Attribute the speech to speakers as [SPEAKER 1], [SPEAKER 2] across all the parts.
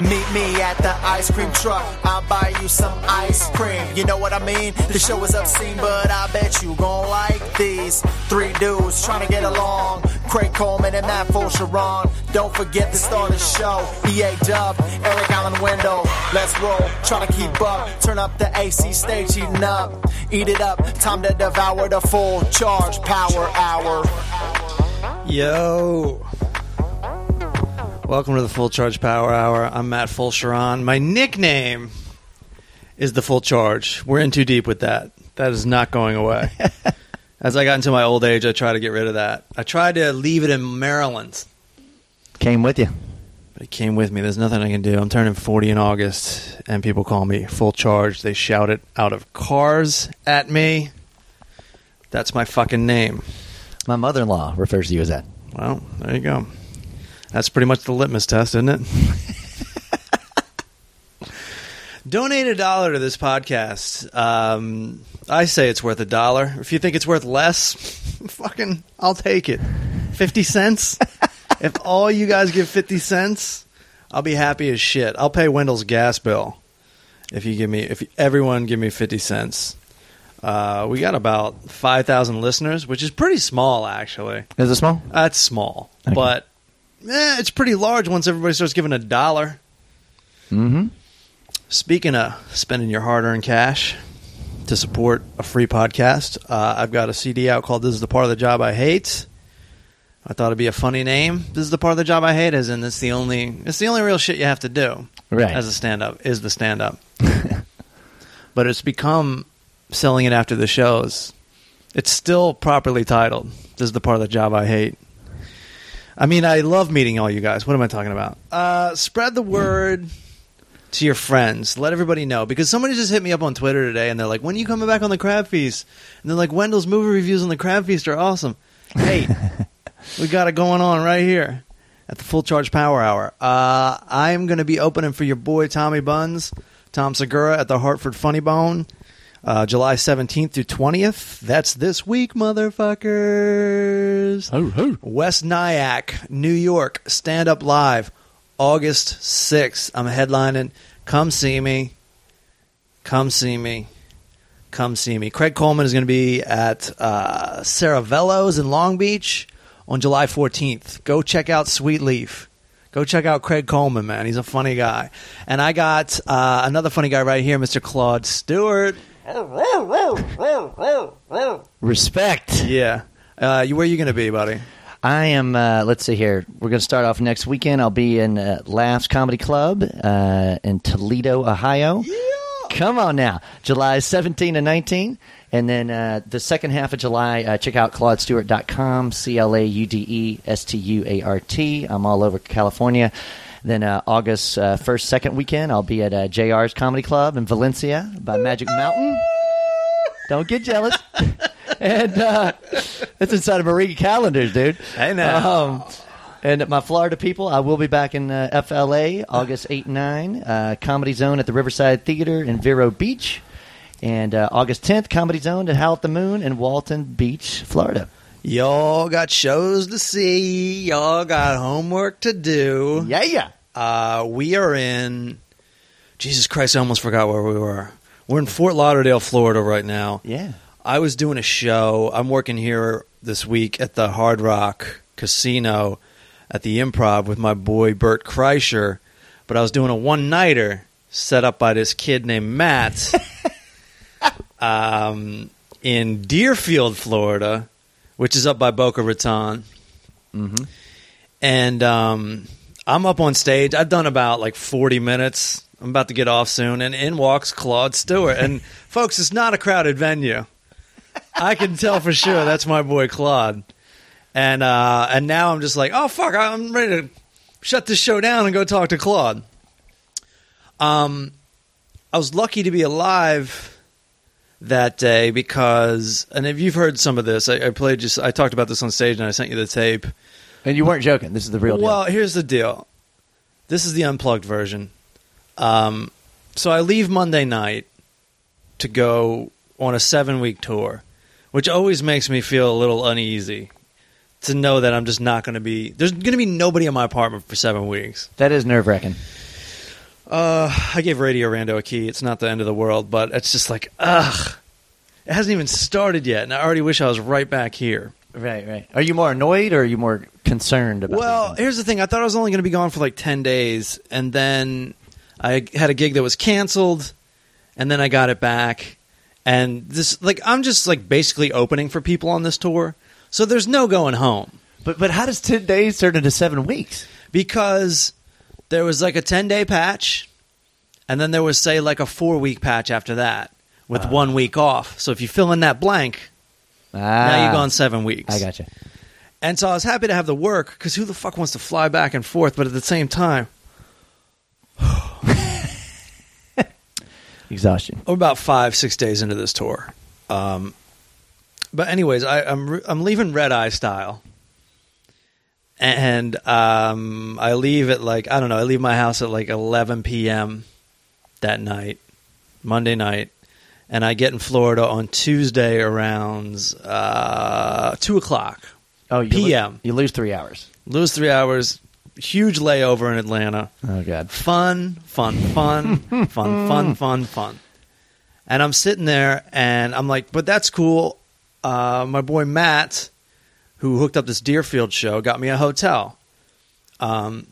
[SPEAKER 1] Meet me at the ice cream truck. I'll buy you some ice cream. You know what I mean? The show is obscene, but I bet you gon' like these three dudes trying to get along. Craig Coleman and Matt Sharon. Don't forget to start the show. EA Dub, Eric Allen Window. Let's roll. Try to keep up. Turn up the AC stage, heating up. Eat it up. Time to devour the full charge power hour.
[SPEAKER 2] Yo. Welcome to the Full Charge Power Hour. I'm Matt Fulcheron. My nickname is the Full Charge. We're in too deep with that. That is not going away. As I got into my old age, I tried to get rid of that. I tried to leave it in Maryland,
[SPEAKER 3] Came with you.
[SPEAKER 2] but it came with me. There's nothing I can do. I'm turning 40 in August, and people call me Full Charge. They shout it out of cars at me. That's my fucking name.
[SPEAKER 3] My mother in law refers to you as that.
[SPEAKER 2] Well, there you go. That's pretty much the litmus test, isn't it? Donate a dollar to this podcast. Um, I say it's worth a dollar. If you think it's worth less, fucking, I'll take it. 50 cents? if all you guys give 50 cents, I'll be happy as shit. I'll pay Wendell's gas bill if you give me, if everyone give me 50 cents. Uh, we got about 5,000 listeners, which is pretty small, actually.
[SPEAKER 3] Is it small?
[SPEAKER 2] That's small, but eh, it's pretty large once everybody starts giving a dollar.
[SPEAKER 3] Mm-hmm.
[SPEAKER 2] Speaking of spending your hard-earned cash to support a free podcast, uh, I've got a CD out called "This Is the Part of the Job I Hate." I thought it'd be a funny name. This is the part of the job I hate, as in it's the only it's the only real shit you have to do
[SPEAKER 3] Right.
[SPEAKER 2] as a stand-up is the stand-up. but it's become selling it after the shows. It's still properly titled. This is the part of the job I hate. I mean, I love meeting all you guys. What am I talking about? Uh, spread the word to your friends. Let everybody know because somebody just hit me up on Twitter today, and they're like, "When are you coming back on the Crab Feast?" And they're like, "Wendell's movie reviews on the Crab Feast are awesome." Hey, we got it going on right here at the Full Charge Power Hour. Uh, I'm going to be opening for your boy Tommy Buns, Tom Segura at the Hartford Funny Bone, uh, July 17th through 20th. That's this week, motherfuckers. West Nyack, New York, stand up live, August 6th. I'm headlining. Come see me. Come see me. Come see me. Craig Coleman is going to be at uh, Saravello's in Long Beach on July 14th. Go check out Sweet Leaf. Go check out Craig Coleman, man. He's a funny guy. And I got uh, another funny guy right here, Mr. Claude Stewart.
[SPEAKER 3] Respect.
[SPEAKER 2] Yeah. Uh, you, where are you going to be, buddy?
[SPEAKER 3] I am, uh, let's see here. We're going to start off next weekend. I'll be in uh, Laughs Comedy Club uh, in Toledo, Ohio. Come on now. July 17 and 19. And then uh, the second half of July, uh, check out claudestewart.com, C L A U D E S T U A R T. I'm all over California. Then uh, August uh, 1st, 2nd weekend, I'll be at uh, JR's Comedy Club in Valencia by Magic Mountain. Don't get jealous. and uh, that's inside of Marie calendars, dude.
[SPEAKER 2] Hey, now.
[SPEAKER 3] Um, and my Florida people, I will be back in uh, FLA August 8 and 9, uh, Comedy Zone at the Riverside Theater in Vero Beach. And uh, August 10th, Comedy Zone at Howl at the Moon in Walton Beach, Florida.
[SPEAKER 2] Y'all got shows to see. Y'all got homework to do.
[SPEAKER 3] Yeah, yeah.
[SPEAKER 2] Uh, we are in. Jesus Christ, I almost forgot where we were. We're in Fort Lauderdale, Florida right now.
[SPEAKER 3] Yeah.
[SPEAKER 2] I was doing a show. I'm working here this week at the Hard Rock Casino at the Improv with my boy Bert Kreischer. But I was doing a one nighter set up by this kid named Matt um, in Deerfield, Florida, which is up by Boca Raton. And um, I'm up on stage. I've done about like 40 minutes. I'm about to get off soon. And in walks Claude Stewart. And folks, it's not a crowded venue. I can tell for sure that's my boy Claude. And uh, and now I'm just like, oh fuck, I'm ready to shut this show down and go talk to Claude. Um, I was lucky to be alive that day because, and if you've heard some of this, I, I played just, I talked about this on stage and I sent you the tape.
[SPEAKER 3] And you weren't joking. This is the real
[SPEAKER 2] Well, here's the deal. This is the unplugged version. Um, so I leave Monday night to go on a seven week tour, which always makes me feel a little uneasy to know that I'm just not going to be. There's going to be nobody in my apartment for seven weeks.
[SPEAKER 3] deal. That is nerve wracking.
[SPEAKER 2] Uh, I gave Radio Rando a key. It's not the end of the world, but it's just like, ugh. It hasn't even started yet, and I already wish I was right back here.
[SPEAKER 3] Right, right. Are you more annoyed or are you more concerned about?
[SPEAKER 2] Well,
[SPEAKER 3] these things?
[SPEAKER 2] here's the thing. I thought I was only going to be gone for like 10 days, and then I had a gig that was canceled, and then I got it back. And this, like, I'm just like basically opening for people on this tour. So there's no going home.
[SPEAKER 3] but but how does ten days turn into seven weeks?
[SPEAKER 2] because there was like a 10 day patch and then there was say like a four week patch after that with one week off so if you fill in that blank
[SPEAKER 3] Ah,
[SPEAKER 2] now you're gone seven weeks
[SPEAKER 3] I gotcha.
[SPEAKER 2] and so i was happy to have the work because who the fuck wants to fly back and forth but at the same time
[SPEAKER 3] Exhaustion.
[SPEAKER 2] we're about five six days into this tour um, but anyways I, I'm, re- I'm leaving red eye style and um, i leave at like i don't know i leave my house at like 11 p.m that night monday night and i get in florida on tuesday around uh, 2 o'clock
[SPEAKER 3] Oh, you
[SPEAKER 2] PM.
[SPEAKER 3] Lose, you lose three hours.
[SPEAKER 2] lose three hours huge layover in atlanta
[SPEAKER 3] Oh God.
[SPEAKER 2] fun, fun, fun, fun, fun, fun, fun. And I'm sitting there and I'm like, but that's cool. Uh, my boy Matt, who hooked up this Deerfield show, got me a hotel. Um,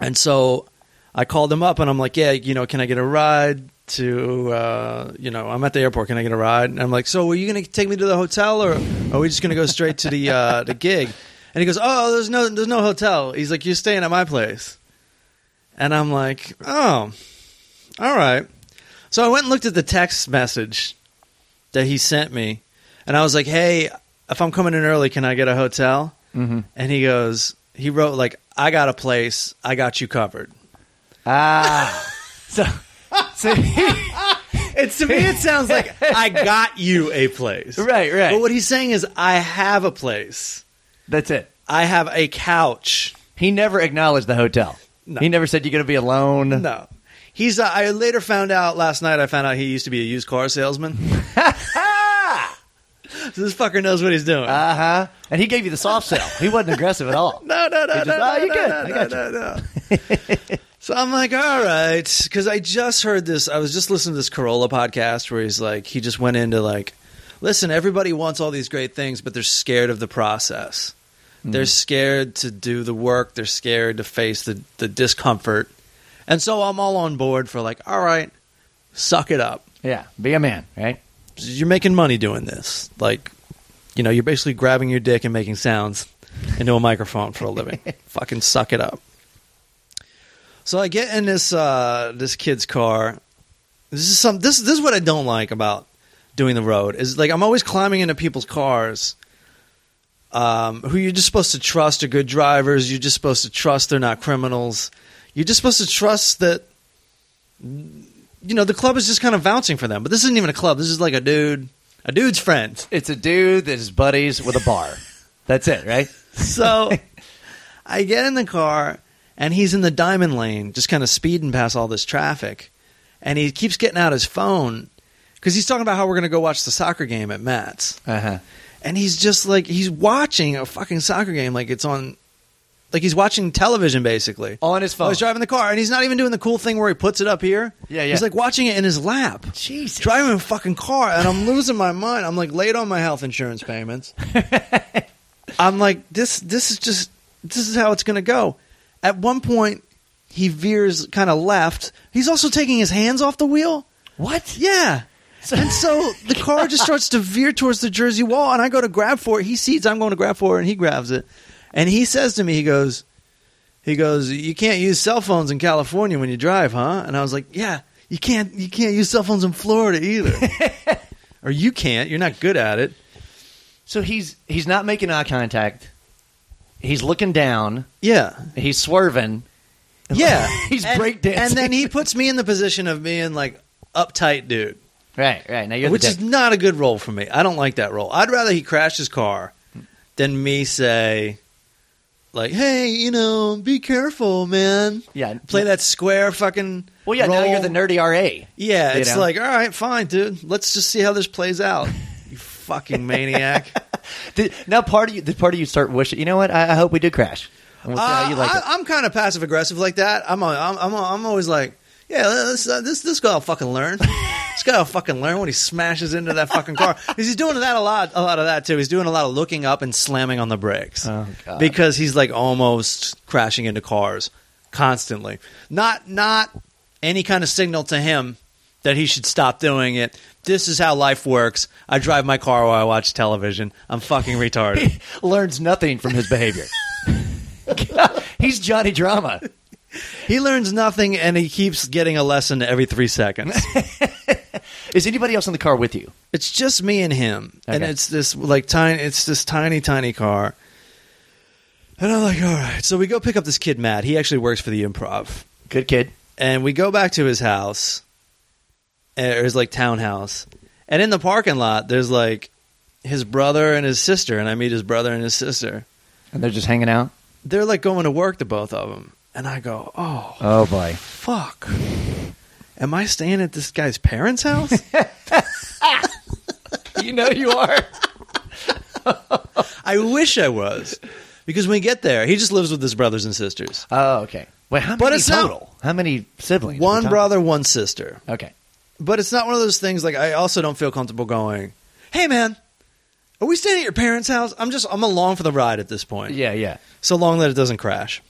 [SPEAKER 2] and so I called him up and I'm like, yeah, you know, can I get a ride to, uh, you know, I'm at the airport. Can I get a ride? And I'm like, so are you going to take me to the hotel or are we just going to go straight to the, uh, the gig? And he goes, oh, there's no, there's no hotel. He's like, you're staying at my place. And I'm like, oh, all right. So I went and looked at the text message that he sent me. And I was like, hey, if I'm coming in early, can I get a hotel? Mm-hmm. And he goes, he wrote, like, I got a place. I got you covered.
[SPEAKER 3] Ah. so. so
[SPEAKER 2] It's to me, it sounds like I got you a place.
[SPEAKER 3] Right, right.
[SPEAKER 2] But what he's saying is, I have a place.
[SPEAKER 3] that's it.
[SPEAKER 2] I have a couch.
[SPEAKER 3] He never acknowledged the hotel.
[SPEAKER 2] No.
[SPEAKER 3] He never said you're going to be alone.
[SPEAKER 2] No. He's, uh, I later found out last night, I found out he used to be a used car salesman. so this fucker knows what he's doing.
[SPEAKER 3] Uh huh. And he gave you the soft sell. He wasn't aggressive at all.
[SPEAKER 2] no, no, no,
[SPEAKER 3] He just,
[SPEAKER 2] no,
[SPEAKER 3] "Oh,
[SPEAKER 2] no,
[SPEAKER 3] you're
[SPEAKER 2] no,
[SPEAKER 3] good.
[SPEAKER 2] no,
[SPEAKER 3] I
[SPEAKER 2] no,
[SPEAKER 3] got
[SPEAKER 2] no, no." so I'm like, all right, because I just heard this. I was just listening to this Corolla podcast where he's like, he just went into like, listen, everybody wants all these great things, but they're scared of the process.
[SPEAKER 3] Mm-hmm.
[SPEAKER 2] They're scared to do the work. They're scared to face the, the discomfort. And so I'm all on board for like, all right, suck it up
[SPEAKER 3] Yeah. Be a man, right?
[SPEAKER 2] you're making money doing this. Like, you know, you're basically grabbing your dick and making sounds into a microphone for a living. Fucking suck it up. So I get in this uh, this kid's car. This is some this this is what I don't like about doing the road is like I'm always climbing into people's cars. Um, who you're just supposed to trust are good drivers. You're just supposed to trust they're not criminals. You're just supposed to trust that you know the club is just kind of vouching for them. But this isn't even a club. This is like a dude, a dude's friend.
[SPEAKER 3] It's a dude that is buddies with a bar. That's it, right?
[SPEAKER 2] So I get in the car and he's in the diamond lane, just kind of speeding past all this traffic. And he keeps getting out his phone because he's talking about how we're going to go watch the soccer game at Matt's.
[SPEAKER 3] Uh huh.
[SPEAKER 2] And he's just like, he's watching a fucking soccer game like it's on, like he's watching television basically.
[SPEAKER 3] On his
[SPEAKER 2] While
[SPEAKER 3] phone.
[SPEAKER 2] he's driving the car. And he's not even doing the cool thing where he puts it up here.
[SPEAKER 3] Yeah, yeah.
[SPEAKER 2] He's like watching it in his lap.
[SPEAKER 3] Jesus.
[SPEAKER 2] Driving a fucking car. And I'm losing my mind. I'm like late on my health insurance payments. I'm like, this this is just this is how it's gonna go. At one point he veers kind of left. He's also taking his hands off the wheel.
[SPEAKER 3] What?
[SPEAKER 2] Yeah. And so the car just starts to veer towards the Jersey wall, and I go to grab for it. He sees I'm going to grab for it, and he grabs it. And he says to me, he goes, he goes, you can't use cell phones in California when you drive, huh? And I was like, yeah, you can't, you can't use cell phones in Florida either, or you can't. You're not good at it.
[SPEAKER 3] So he's he's not making eye contact. He's looking down.
[SPEAKER 2] Yeah,
[SPEAKER 3] He's swerving.
[SPEAKER 2] yeah.
[SPEAKER 3] He's
[SPEAKER 2] and,
[SPEAKER 3] breakdancing.
[SPEAKER 2] and then he puts me in the position of being like uptight dude.
[SPEAKER 3] Right, right. Now you're
[SPEAKER 2] which
[SPEAKER 3] the
[SPEAKER 2] is
[SPEAKER 3] dick.
[SPEAKER 2] not a good role for me. I don't like that role. I'd rather he crash his car than me say, like, "Hey, you know, be careful, man."
[SPEAKER 3] Yeah.
[SPEAKER 2] play that square fucking.
[SPEAKER 3] Well, yeah. Now
[SPEAKER 2] role.
[SPEAKER 3] you're the nerdy RA.
[SPEAKER 2] Yeah,
[SPEAKER 3] you
[SPEAKER 2] it's
[SPEAKER 3] know?
[SPEAKER 2] like, all right, fine, dude. Let's just see how this plays out. you fucking maniac.
[SPEAKER 3] Did, now part of you, did part of you start wishing? You know what? I, I hope we do crash. And we'll see how you like
[SPEAKER 2] Uh,
[SPEAKER 3] it.
[SPEAKER 2] I, I'm kind of passive aggressive like that. I'm a, I'm I'm, a, I'm always like, yeah, this uh, this this guy will fucking learn. this guy will fucking learn when he smashes into that fucking car. 'Cause he's doing that a lot, a lot of that too. He's doing a lot of looking up and slamming on the brakes
[SPEAKER 3] Oh, God.
[SPEAKER 2] because he's like almost crashing into cars constantly. Not not any kind of signal to him that he should stop doing it. This is how life works. I drive my car while I watch television. I'm fucking retarded.
[SPEAKER 3] Learns nothing from his behavior. He's Johnny Drama.
[SPEAKER 2] he learns nothing and he keeps getting a lesson every 3 seconds.
[SPEAKER 3] Is anybody else in the car with you?
[SPEAKER 2] It's just me and him, and
[SPEAKER 3] Okay.
[SPEAKER 2] it's this like tiny. It's this tiny, tiny car, and I'm like, all right. So we go pick up this kid, Matt. He actually works for the Improv,
[SPEAKER 3] Good kid.
[SPEAKER 2] and we go back to his house, eh, or his like townhouse, and in the parking lot, there's like his brother and his sister, and I meet his brother and his sister.
[SPEAKER 3] And they're just hanging out.
[SPEAKER 2] They're like going to work, the both of them, and I go, oh
[SPEAKER 3] Oh boy.
[SPEAKER 2] fuck. Am I staying at this guy's parents' house?
[SPEAKER 3] You know you are.
[SPEAKER 2] I wish I was. Because when we get there, he just lives with his brothers and sisters.
[SPEAKER 3] Oh, okay. Wait, how many
[SPEAKER 2] But it's not-
[SPEAKER 3] total? How many siblings? are we
[SPEAKER 2] One
[SPEAKER 3] talking-
[SPEAKER 2] brother, one sister.
[SPEAKER 3] Okay.
[SPEAKER 2] But it's not one of those things like I also don't feel comfortable going, Hey man, are we staying at your parents' house? I'm just I'm along for the ride at this point.
[SPEAKER 3] Yeah, yeah.
[SPEAKER 2] So long that it doesn't crash.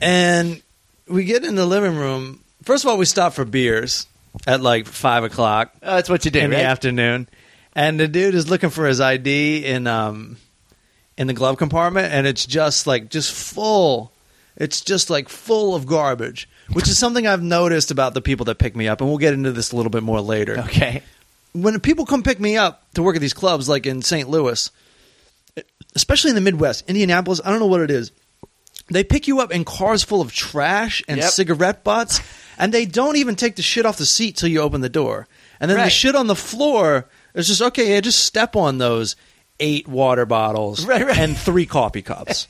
[SPEAKER 2] And we get in the living room. First of all, we stop for beers at like five o'clock.
[SPEAKER 3] Oh, that's what you did,
[SPEAKER 2] in
[SPEAKER 3] right?
[SPEAKER 2] the afternoon, and the dude is looking for his ID in um in the glove compartment, and it's just like just full. It's just like full of garbage, which is something I've noticed about the people that pick me up, and we'll get into this a little bit more later.
[SPEAKER 3] Okay.
[SPEAKER 2] When people come pick me up to work at these clubs, like in St. Louis, especially in the Midwest, Indianapolis, I don't know what it is. They pick you up in cars full of trash and
[SPEAKER 3] Yep.
[SPEAKER 2] cigarette butts, and they don't even take the shit off the seat till you open the door. And then the
[SPEAKER 3] Right.
[SPEAKER 2] shit on the floor is just okay. Yeah, just step on those eight water bottles
[SPEAKER 3] Right, right.
[SPEAKER 2] and three coffee cups.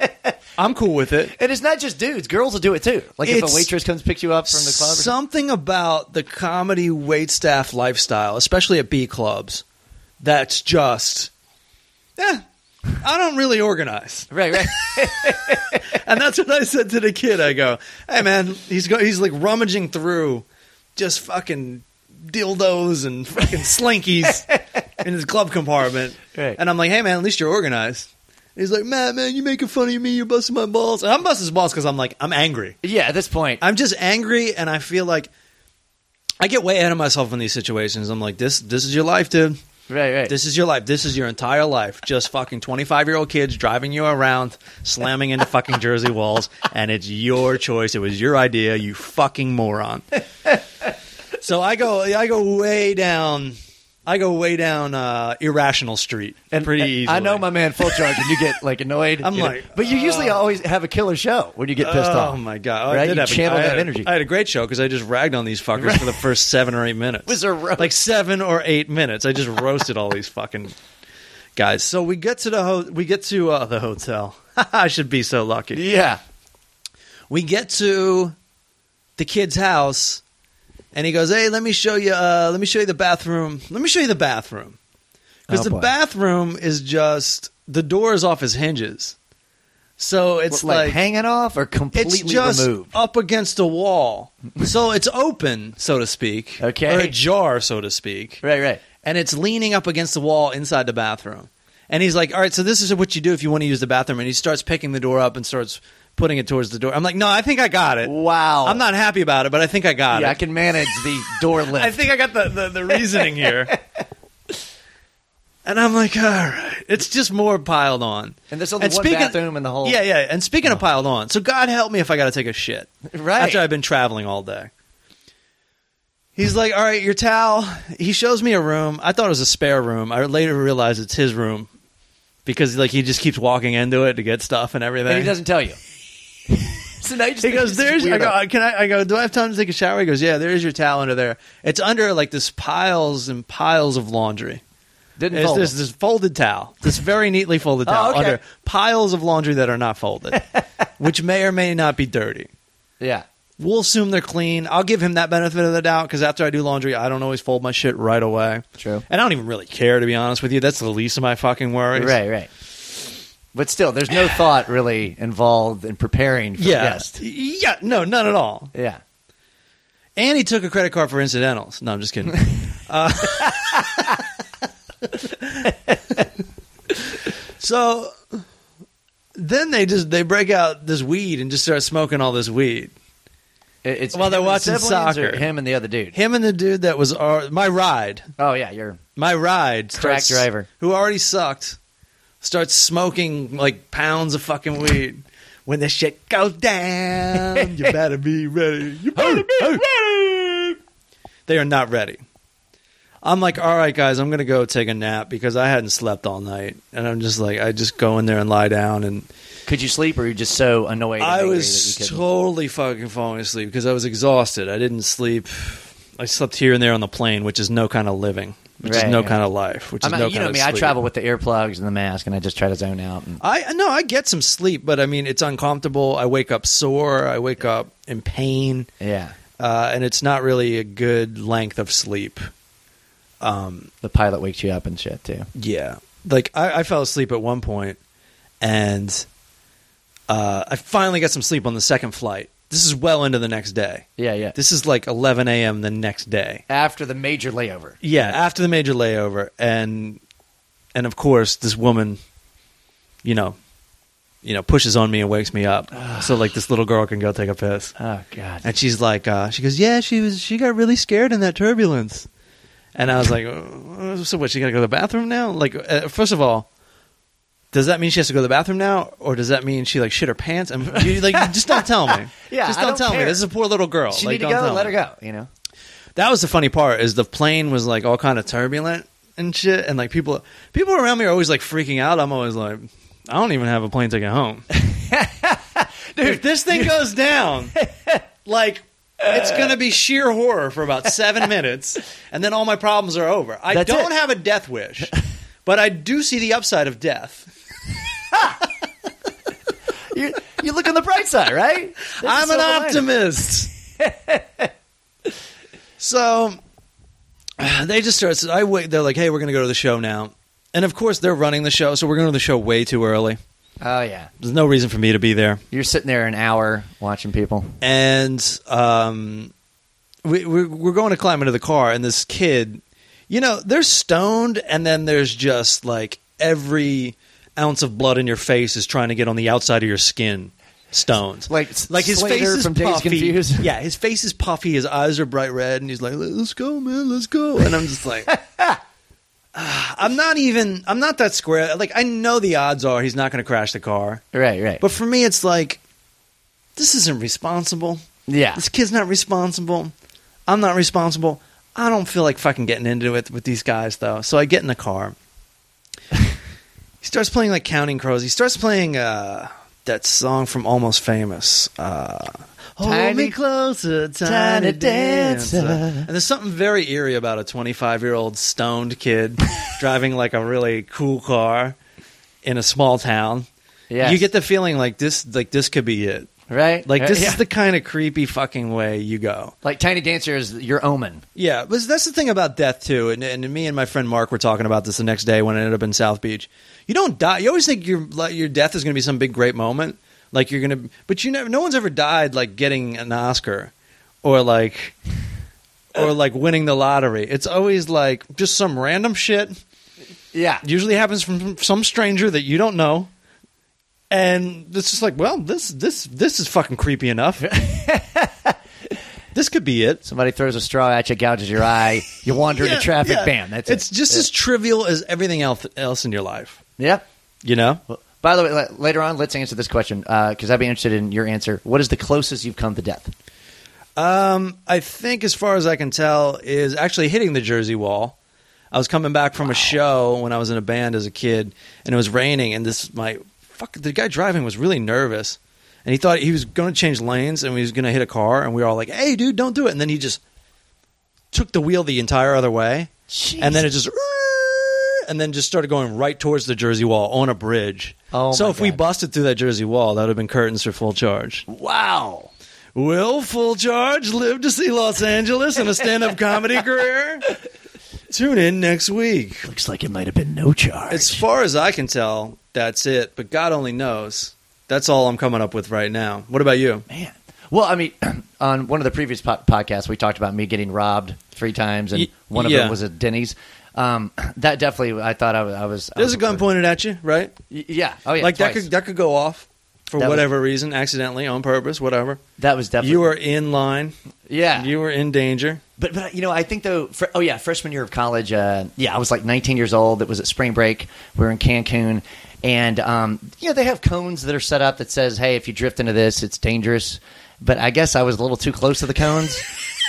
[SPEAKER 2] I'm cool with it.
[SPEAKER 3] And it's not just dudes; girls will do it too. Like if
[SPEAKER 2] It's-
[SPEAKER 3] a waitress comes pick you up from the club, or something.
[SPEAKER 2] Something about the comedy wait staff lifestyle, especially at B clubs, that's just, eh, I don't really organize.
[SPEAKER 3] right, right.
[SPEAKER 2] And that's what I said to the kid. I go, hey, man, he's, go- he's like rummaging through just fucking dildos and fucking slinkies in his glove compartment.
[SPEAKER 3] Right.
[SPEAKER 2] And I'm like, hey, man, at least you're organized. And He's like, Matt, man, you making fun of me. You're busting my balls. And I'm busting his balls because I'm like, I'm angry.
[SPEAKER 3] yeah, at this point,
[SPEAKER 2] I'm just angry, and I feel like I get way ahead of myself in these situations. I'm like, this, this is your life, dude.
[SPEAKER 3] right, right.
[SPEAKER 2] This is your life. This is your entire life. Just fucking 25 year old kids driving you around, slamming into fucking Jersey walls, and it's your choice. It was your idea, you fucking moron. So I go, I go way down. I go way down uh, irrational street, and pretty easily.
[SPEAKER 3] uh, I know my man full charge, and you get like annoyed.
[SPEAKER 2] I'm
[SPEAKER 3] you know.
[SPEAKER 2] like,
[SPEAKER 3] but you usually always have a killer show when you get pissed
[SPEAKER 2] oh
[SPEAKER 3] off.
[SPEAKER 2] my god! Oh,
[SPEAKER 3] Right?
[SPEAKER 2] I did
[SPEAKER 3] You
[SPEAKER 2] have a-
[SPEAKER 3] channel
[SPEAKER 2] I
[SPEAKER 3] that
[SPEAKER 2] had a-
[SPEAKER 3] energy.
[SPEAKER 2] I had a great show because I just ragged on these fuckers for the first seven or eight minutes.
[SPEAKER 3] was a roast.
[SPEAKER 2] like seven or eight minutes. I just roasted all these fucking guys. So we get to the ho- we get to uh, the hotel. I should be so lucky.
[SPEAKER 3] yeah,
[SPEAKER 2] We get to the kid's house, and he goes, "Hey, let me show you. Uh, let me show you the bathroom. Let me show you the bathroom." Because
[SPEAKER 3] Oh,
[SPEAKER 2] the
[SPEAKER 3] boy.
[SPEAKER 2] bathroom is just the door is off his hinges, so it's
[SPEAKER 3] it's like,
[SPEAKER 2] like
[SPEAKER 3] hanging off or completely
[SPEAKER 2] it's just
[SPEAKER 3] removed.
[SPEAKER 2] up against a wall, so it's open, so to speak,
[SPEAKER 3] Okay.
[SPEAKER 2] or ajar, so to speak,
[SPEAKER 3] Right, right.
[SPEAKER 2] and it's leaning up against the wall inside the bathroom. And he's like, "All right, so this is what you do if you want to use the bathroom." And he starts picking the door up and starts putting it towards the door. I'm like, "No, I think I got it.
[SPEAKER 3] Wow.
[SPEAKER 2] I'm not happy about it, but I think I got
[SPEAKER 3] Yeah, I
[SPEAKER 2] it.
[SPEAKER 3] can manage the door lift.
[SPEAKER 2] I think I got the, the, the reasoning here." and I'm like, "All right, it's just more piled on."
[SPEAKER 3] and there's only
[SPEAKER 2] And
[SPEAKER 3] one
[SPEAKER 2] speaking-
[SPEAKER 3] bathroom in the whole. Oh.
[SPEAKER 2] Yeah, yeah. And speaking of piled on, so God help me if I got to take a shit
[SPEAKER 3] Right.
[SPEAKER 2] after I've been traveling all day. He's like, "All right, your towel." He shows me a room. I thought it was a spare room. I later realized it's his room because like he just keeps walking into it to get stuff and everything.
[SPEAKER 3] and he doesn't tell you. so now you just
[SPEAKER 2] He
[SPEAKER 3] think
[SPEAKER 2] goes,
[SPEAKER 3] he's just
[SPEAKER 2] "There's." I
[SPEAKER 3] weirdo.
[SPEAKER 2] go, "Uh, "Can I?" I go, "Do I have time to take a shower?" He goes, "Yeah, there's your towel under there. It's under like this piles and piles of laundry."
[SPEAKER 3] Didn't
[SPEAKER 2] It's
[SPEAKER 3] fold.
[SPEAKER 2] this, this folded towel, this very neatly folded towel
[SPEAKER 3] Oh, okay.
[SPEAKER 2] under piles of laundry that are not folded, which may or may not be dirty.
[SPEAKER 3] yeah.
[SPEAKER 2] We'll assume they're clean. I'll give him that benefit of the doubt because after I do laundry, I don't always fold my shit right away.
[SPEAKER 3] True.
[SPEAKER 2] And I don't even really care, to be honest with you. That's the least of my fucking worries.
[SPEAKER 3] Right, right. But still, there's no thought really involved in preparing for the
[SPEAKER 2] Yeah.
[SPEAKER 3] guest.
[SPEAKER 2] Yeah. No, none at all.
[SPEAKER 3] Yeah.
[SPEAKER 2] And he took a credit card for incidentals. No, I'm just kidding. Uh, so then they just they break out this weed and just start smoking all this weed.
[SPEAKER 3] It- It's
[SPEAKER 2] While they're
[SPEAKER 3] him and his
[SPEAKER 2] watching
[SPEAKER 3] siblings or
[SPEAKER 2] soccer.
[SPEAKER 3] him and the other dude.
[SPEAKER 2] Him and the dude that was our, my ride,
[SPEAKER 3] Oh yeah, you're
[SPEAKER 2] my ride,
[SPEAKER 3] Crack
[SPEAKER 2] starts-
[SPEAKER 3] driver.
[SPEAKER 2] who already sucked, starts smoking like pounds of fucking weed. When this shit goes down, you better be ready. You better be ready. They are not ready. I'm like, all right, guys, I'm gonna go take a nap because I hadn't slept all night, and I'm just like, I just go in there and lie down, and
[SPEAKER 3] Could you sleep, or are you just so annoyed? and
[SPEAKER 2] I
[SPEAKER 3] angry
[SPEAKER 2] was
[SPEAKER 3] that you couldn't?
[SPEAKER 2] totally fucking falling asleep because I was exhausted. I didn't sleep. I slept here and there on the plane, which is no kind of living, which
[SPEAKER 3] Right,
[SPEAKER 2] is no
[SPEAKER 3] yeah.
[SPEAKER 2] kind of life, which
[SPEAKER 3] I'm
[SPEAKER 2] is
[SPEAKER 3] not,
[SPEAKER 2] no
[SPEAKER 3] you
[SPEAKER 2] kind
[SPEAKER 3] know
[SPEAKER 2] of
[SPEAKER 3] me. I
[SPEAKER 2] sleep.
[SPEAKER 3] travel with the earplugs and the mask, and I just try to zone out. And
[SPEAKER 2] I no, I get some sleep, but I mean it's uncomfortable. I wake up sore. I wake up in pain,
[SPEAKER 3] yeah,
[SPEAKER 2] uh, and it's not really a good length of sleep. Um,
[SPEAKER 3] the pilot wakes you up and shit too.
[SPEAKER 2] yeah, like I, I fell asleep at one point, and uh, I finally got some sleep on the second flight. This is well into the next day.
[SPEAKER 3] Yeah, yeah.
[SPEAKER 2] This is like 11 a.m. the next day.
[SPEAKER 3] After the major layover,
[SPEAKER 2] Yeah, after the major layover, and and of course this woman, you know, you know, pushes on me and wakes me up, so like this little girl can go take a piss,
[SPEAKER 3] oh god,
[SPEAKER 2] and she's like, uh, she goes, yeah, she was, she got really scared in that turbulence, and I was like, uh, so what? She got to go to the bathroom now? Like, uh, first of all. Does that mean she has to go to the bathroom now, or does that mean she like shit her pants? And you like just don't tell me.
[SPEAKER 3] Yeah,
[SPEAKER 2] just
[SPEAKER 3] I
[SPEAKER 2] don't,
[SPEAKER 3] don't
[SPEAKER 2] tell
[SPEAKER 3] care.
[SPEAKER 2] me. This is a poor little girl.
[SPEAKER 3] she
[SPEAKER 2] like,
[SPEAKER 3] need to
[SPEAKER 2] don't
[SPEAKER 3] go.
[SPEAKER 2] tell
[SPEAKER 3] Let
[SPEAKER 2] me.
[SPEAKER 3] her go. You know,
[SPEAKER 2] That was the funny part is the plane was like all kind of turbulent and shit, and like people people around me are always like freaking out. I'm always like, I don't even have a plane ticket home. if this thing goes down, like it's gonna be sheer horror for about seven minutes, and then all my problems are over. I
[SPEAKER 3] That's
[SPEAKER 2] don't
[SPEAKER 3] it.
[SPEAKER 2] have a death wish, but I do see the upside of death.
[SPEAKER 3] you, you look on the bright side, right? There's a
[SPEAKER 2] I'm an
[SPEAKER 3] silver lining.
[SPEAKER 2] optimist. so they just start. I wait. They're like, "Hey, we're going to go to the show now," and of course they're running the show, so we're going to the show way too early.
[SPEAKER 3] Oh yeah,
[SPEAKER 2] There's no reason for me to be there,
[SPEAKER 3] you're sitting there an hour watching people.
[SPEAKER 2] and um, we, we're, we're going to climb into the car, and this kid, you know, they're stoned, and then there's just like every ounce of blood in your face is trying to get on the outside of your skin. Stoned,
[SPEAKER 3] Like-
[SPEAKER 2] like his
[SPEAKER 3] Slater
[SPEAKER 2] face is
[SPEAKER 3] from Days
[SPEAKER 2] puffy.
[SPEAKER 3] Confused.
[SPEAKER 2] Yeah, his face is puffy. His eyes are bright red, and he's like, "Let's go, man, let's go." And I'm just like, ah, I'm not even. I'm not that square. Like I know the odds are he's not going to crash the car,
[SPEAKER 3] Right, right.
[SPEAKER 2] but for me, it's like this isn't responsible.
[SPEAKER 3] yeah,
[SPEAKER 2] This kid's not responsible. I'm not responsible. I don't feel like fucking getting into it with these guys though. So I get in the car. he starts playing like Counting Crows. He starts playing uh, that song from Almost Famous. Uh,
[SPEAKER 3] Tiny-
[SPEAKER 2] Hold me closer,
[SPEAKER 3] Tiny
[SPEAKER 2] tiny dancer.
[SPEAKER 3] dancer.
[SPEAKER 2] And there's something very eerie about a 25 year old stoned kid driving like a really cool car in a small town.
[SPEAKER 3] Yes.
[SPEAKER 2] You get the feeling like this, like this could be it.
[SPEAKER 3] right.
[SPEAKER 2] Like this
[SPEAKER 3] Yeah.
[SPEAKER 2] is the kind of creepy fucking way you go.
[SPEAKER 3] like Tiny Dancer is your omen.
[SPEAKER 2] Yeah, but that's the thing about death too. And, and me and my friend Mark were talking about this the next day when I ended up in South Beach. You don't die. You always think your like, your death is going to be some big great moment, like you're going to. But you never. No one's ever died like getting an Oscar, or like, or like winning the lottery. It's always like just some random shit.
[SPEAKER 3] Yeah,
[SPEAKER 2] Usually happens from some stranger that you don't know. And it's just like, well, this this this is fucking creepy enough. this could be it.
[SPEAKER 3] somebody throws a straw at you, gouges your eye, you wander
[SPEAKER 2] Yeah,
[SPEAKER 3] into traffic,
[SPEAKER 2] yeah.
[SPEAKER 3] bam. That's
[SPEAKER 2] it's
[SPEAKER 3] it.
[SPEAKER 2] just
[SPEAKER 3] Yeah.
[SPEAKER 2] as trivial as everything else else in your life.
[SPEAKER 3] Yep.
[SPEAKER 2] You know,
[SPEAKER 3] Well, By the way, la- later on, let's answer this question because I'd be interested in your answer. What is the closest you've come to death?
[SPEAKER 2] um, I think as far as I can tell is actually hitting the Jersey Wall. I was coming back from a show when I was in a band as a kid, and it was raining, and this my fuck the guy driving was really nervous, and he thought he was going to change lanes and he was going to hit a car, and we were all like, "Hey, dude, don't do it!" And then he just took the wheel the entire other way, and then it just and then just started going right towards the Jersey Wall on a bridge.
[SPEAKER 3] Oh,
[SPEAKER 2] so
[SPEAKER 3] my
[SPEAKER 2] if we
[SPEAKER 3] God.
[SPEAKER 2] busted through that Jersey Wall, that would have been curtains for full charge.
[SPEAKER 3] Wow.
[SPEAKER 2] Will full charge live to see Los Angeles in a stand-up comedy career? Tune in next week.
[SPEAKER 3] Looks like it might have been no charge.
[SPEAKER 2] As far as I can tell, that's it. But God only knows. That's all I'm coming up with right now. What about you?
[SPEAKER 3] Man. Well, I mean, on one of the previous po- podcasts, we talked about me getting robbed three times, and
[SPEAKER 2] Y-
[SPEAKER 3] one of
[SPEAKER 2] yeah.
[SPEAKER 3] them was at Denny's. Um, that definitely, I thought I was. I was
[SPEAKER 2] There's a gun pointed at you, right?
[SPEAKER 3] Y- Yeah. Oh yeah.
[SPEAKER 2] like that
[SPEAKER 3] twice.
[SPEAKER 2] could that could go off for
[SPEAKER 3] That was-
[SPEAKER 2] whatever reason, accidentally, on purpose, whatever.
[SPEAKER 3] That was definitely.
[SPEAKER 2] You were in line.
[SPEAKER 3] Yeah.
[SPEAKER 2] You were in danger.
[SPEAKER 3] But, but you know, I think though, fr- oh yeah, freshman year of college, uh, yeah, I was like 19 years old. It was at spring break. We were in Cancun, and um, you know they have cones that are set up that says, "Hey, if you drift into this, it's dangerous." But I guess I was a little too close to the cones,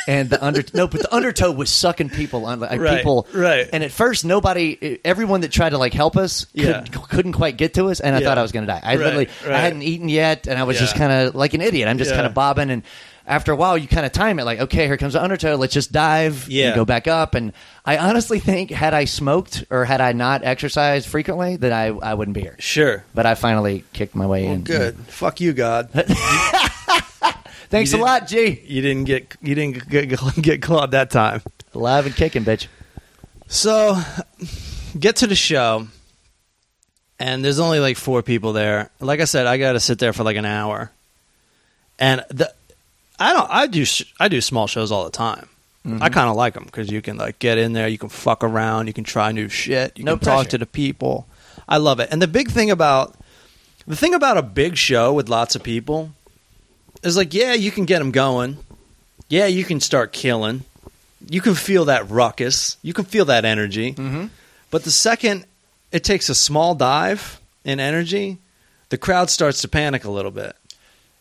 [SPEAKER 3] and the under no, but the undertow was sucking people, on, like
[SPEAKER 2] Right,
[SPEAKER 3] people,
[SPEAKER 2] right.
[SPEAKER 3] And at first, nobody, everyone that tried to like help us,
[SPEAKER 2] Yeah.
[SPEAKER 3] could, couldn't quite get to us, and I
[SPEAKER 2] Yeah.
[SPEAKER 3] thought I was going to die. I
[SPEAKER 2] Right,
[SPEAKER 3] literally, I
[SPEAKER 2] right.
[SPEAKER 3] hadn't eaten yet, and I was just
[SPEAKER 2] Yeah.
[SPEAKER 3] kind of like an idiot. I'm just
[SPEAKER 2] Yeah.
[SPEAKER 3] kind of bobbing and after a while you kind of time it like okay here comes the undertow let's just dive
[SPEAKER 2] Yeah.
[SPEAKER 3] and go back up and i honestly think had i smoked or had i not exercised frequently then i, I wouldn't be here
[SPEAKER 2] Sure.
[SPEAKER 3] but i finally kicked my way
[SPEAKER 2] Well,
[SPEAKER 3] in
[SPEAKER 2] good. Fuck you, God.
[SPEAKER 3] thanks
[SPEAKER 2] You
[SPEAKER 3] a
[SPEAKER 2] did-
[SPEAKER 3] lot g
[SPEAKER 2] You didn't get you didn't get, get clawed that time.
[SPEAKER 3] alive and kicking bitch
[SPEAKER 2] So, get to the show, and there's only like four people there. Like I said, I got to sit there for like an hour, and the I don't I do sh- I do small shows all the time. I kind of like them because you can like get in there, you can fuck around, you can try new shit, you
[SPEAKER 3] No
[SPEAKER 2] can
[SPEAKER 3] pressure.
[SPEAKER 2] talk to the people. I love it. And the big thing about the thing about a big show with lots of people is like, yeah, you can get them going. Yeah, you can start killing. You can feel that ruckus. You can feel that energy.
[SPEAKER 3] Mm.
[SPEAKER 2] Mm-hmm. But the second it takes a small dive in energy, the crowd starts to panic a little bit.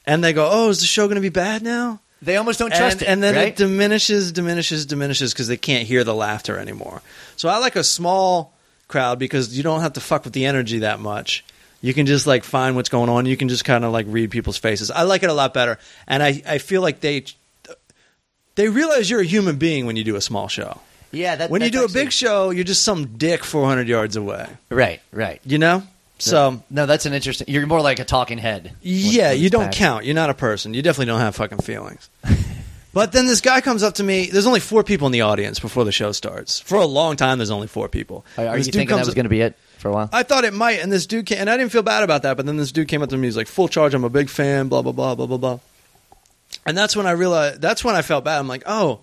[SPEAKER 2] And they go, oh, is the show going to be bad now?
[SPEAKER 3] they almost don't
[SPEAKER 2] and,
[SPEAKER 3] trust it
[SPEAKER 2] and then
[SPEAKER 3] right?
[SPEAKER 2] it diminishes, diminishes, diminishes because they can't hear the laughter anymore. So I like a small crowd because you don't have to fuck with the energy that much. You can just like find what's going on. You can just kind of like read people's faces. I like it a lot better, and I I feel like they they realize you're a human being when you do a small show.
[SPEAKER 3] yeah that,
[SPEAKER 2] When you
[SPEAKER 3] that's
[SPEAKER 2] do a
[SPEAKER 3] actually-
[SPEAKER 2] big show, you're just some dick 400 yards away.
[SPEAKER 3] right right
[SPEAKER 2] You know. So
[SPEAKER 3] no that's an interesting you're more like a talking head when-
[SPEAKER 2] yeah,
[SPEAKER 3] when
[SPEAKER 2] you
[SPEAKER 3] it's
[SPEAKER 2] don't
[SPEAKER 3] back.
[SPEAKER 2] count. You're not a person. You definitely don't have fucking feelings. but then this guy comes up to me. There's only four people in the audience before the show starts. For a long time, there's only four people.
[SPEAKER 3] are, are you
[SPEAKER 2] This dude
[SPEAKER 3] thinking that
[SPEAKER 2] comes
[SPEAKER 3] was
[SPEAKER 2] up-
[SPEAKER 3] going to be it for a while
[SPEAKER 2] I thought it might, and this dude came, and I didn't feel bad about that. But then this dude came up to me. He's like, "Full charge. I'm a big fan." Blah blah blah blah blah blah. And that's when I realized. That's when I felt bad. I'm like, oh,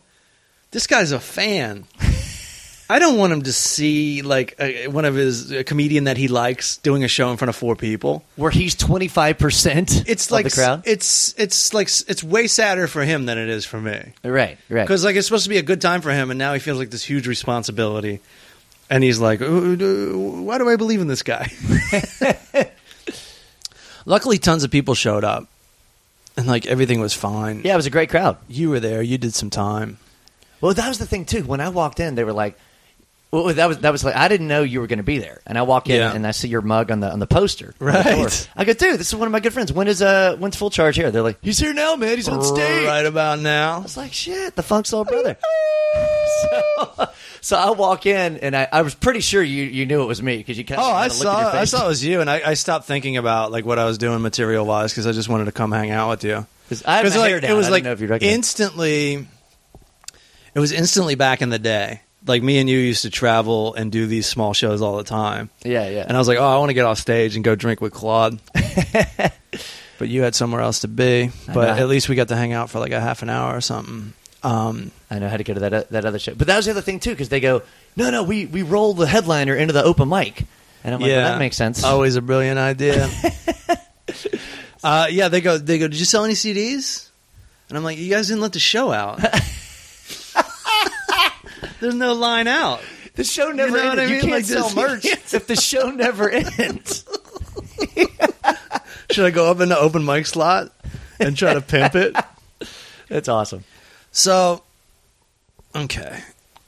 [SPEAKER 2] this guy's a fan. I don't want him to see like a, one of his a comedian that he likes doing a show in front of four people
[SPEAKER 3] where he's 25%
[SPEAKER 2] it's
[SPEAKER 3] of
[SPEAKER 2] like
[SPEAKER 3] the crowd
[SPEAKER 2] it's it's like it's way sadder for him than it is for me
[SPEAKER 3] right right
[SPEAKER 2] because like it's supposed to be a good time for him and now he feels like this huge responsibility and he's like "Ooh, d- why do i believe in this guy luckily tons of people showed up and like everything was fine
[SPEAKER 3] yeah it was a great crowd
[SPEAKER 2] you were there you did some time
[SPEAKER 3] Well, that was the thing too. When I walked in, they were like, well, "That was that was like I didn't know you were going to be there." And I walk in
[SPEAKER 2] Yeah.
[SPEAKER 3] and I see your mug on the on the poster. on the
[SPEAKER 2] Right.
[SPEAKER 3] door. I go, "Dude, this is one of my good friends. When is uh when's full charge here?" They're like, "He's here now, man. He's on stage."
[SPEAKER 2] right
[SPEAKER 3] I
[SPEAKER 2] about now
[SPEAKER 3] was like, "Shit, the Funk's little brother." so, so I walk in and I, I was pretty sure you you knew it was me because you kind of
[SPEAKER 2] Oh, I saw. I saw it was you, and I, I stopped thinking about like what I was doing material wise because I just wanted to come hang out with you.
[SPEAKER 3] 'Cause I had my
[SPEAKER 2] like
[SPEAKER 3] hair down.
[SPEAKER 2] it was
[SPEAKER 3] I didn't
[SPEAKER 2] like
[SPEAKER 3] know if you'd recognize.
[SPEAKER 2] instantly. It was instantly back in the day. Like me and you used to travel and do these small shows all the time,
[SPEAKER 3] Yeah, yeah.
[SPEAKER 2] and I was like, oh, I want to get off stage and go drink with Claude. but you had somewhere else to be. But
[SPEAKER 3] know.
[SPEAKER 2] at least we got to hang out for like a half an hour or something. Um,
[SPEAKER 3] I know how to go to that that other show. But that was the other thing too, because they go, "No, no, we we roll the headliner into the open mic," and I'm like,
[SPEAKER 2] yeah, Oh,
[SPEAKER 3] well, "That makes sense."
[SPEAKER 2] Always a brilliant idea. uh, yeah, they go. They go. Did you sell any CDs? And I'm like, you guys didn't let the show out. There's no line out.
[SPEAKER 3] The show never
[SPEAKER 2] know what
[SPEAKER 3] ended.
[SPEAKER 2] I
[SPEAKER 3] You
[SPEAKER 2] mean?
[SPEAKER 3] can't
[SPEAKER 2] Like,
[SPEAKER 3] sell
[SPEAKER 2] this-
[SPEAKER 3] merch if the show never ends.
[SPEAKER 2] Should I go up in the open mic slot and try to pimp it?
[SPEAKER 3] That's awesome.
[SPEAKER 2] So, okay,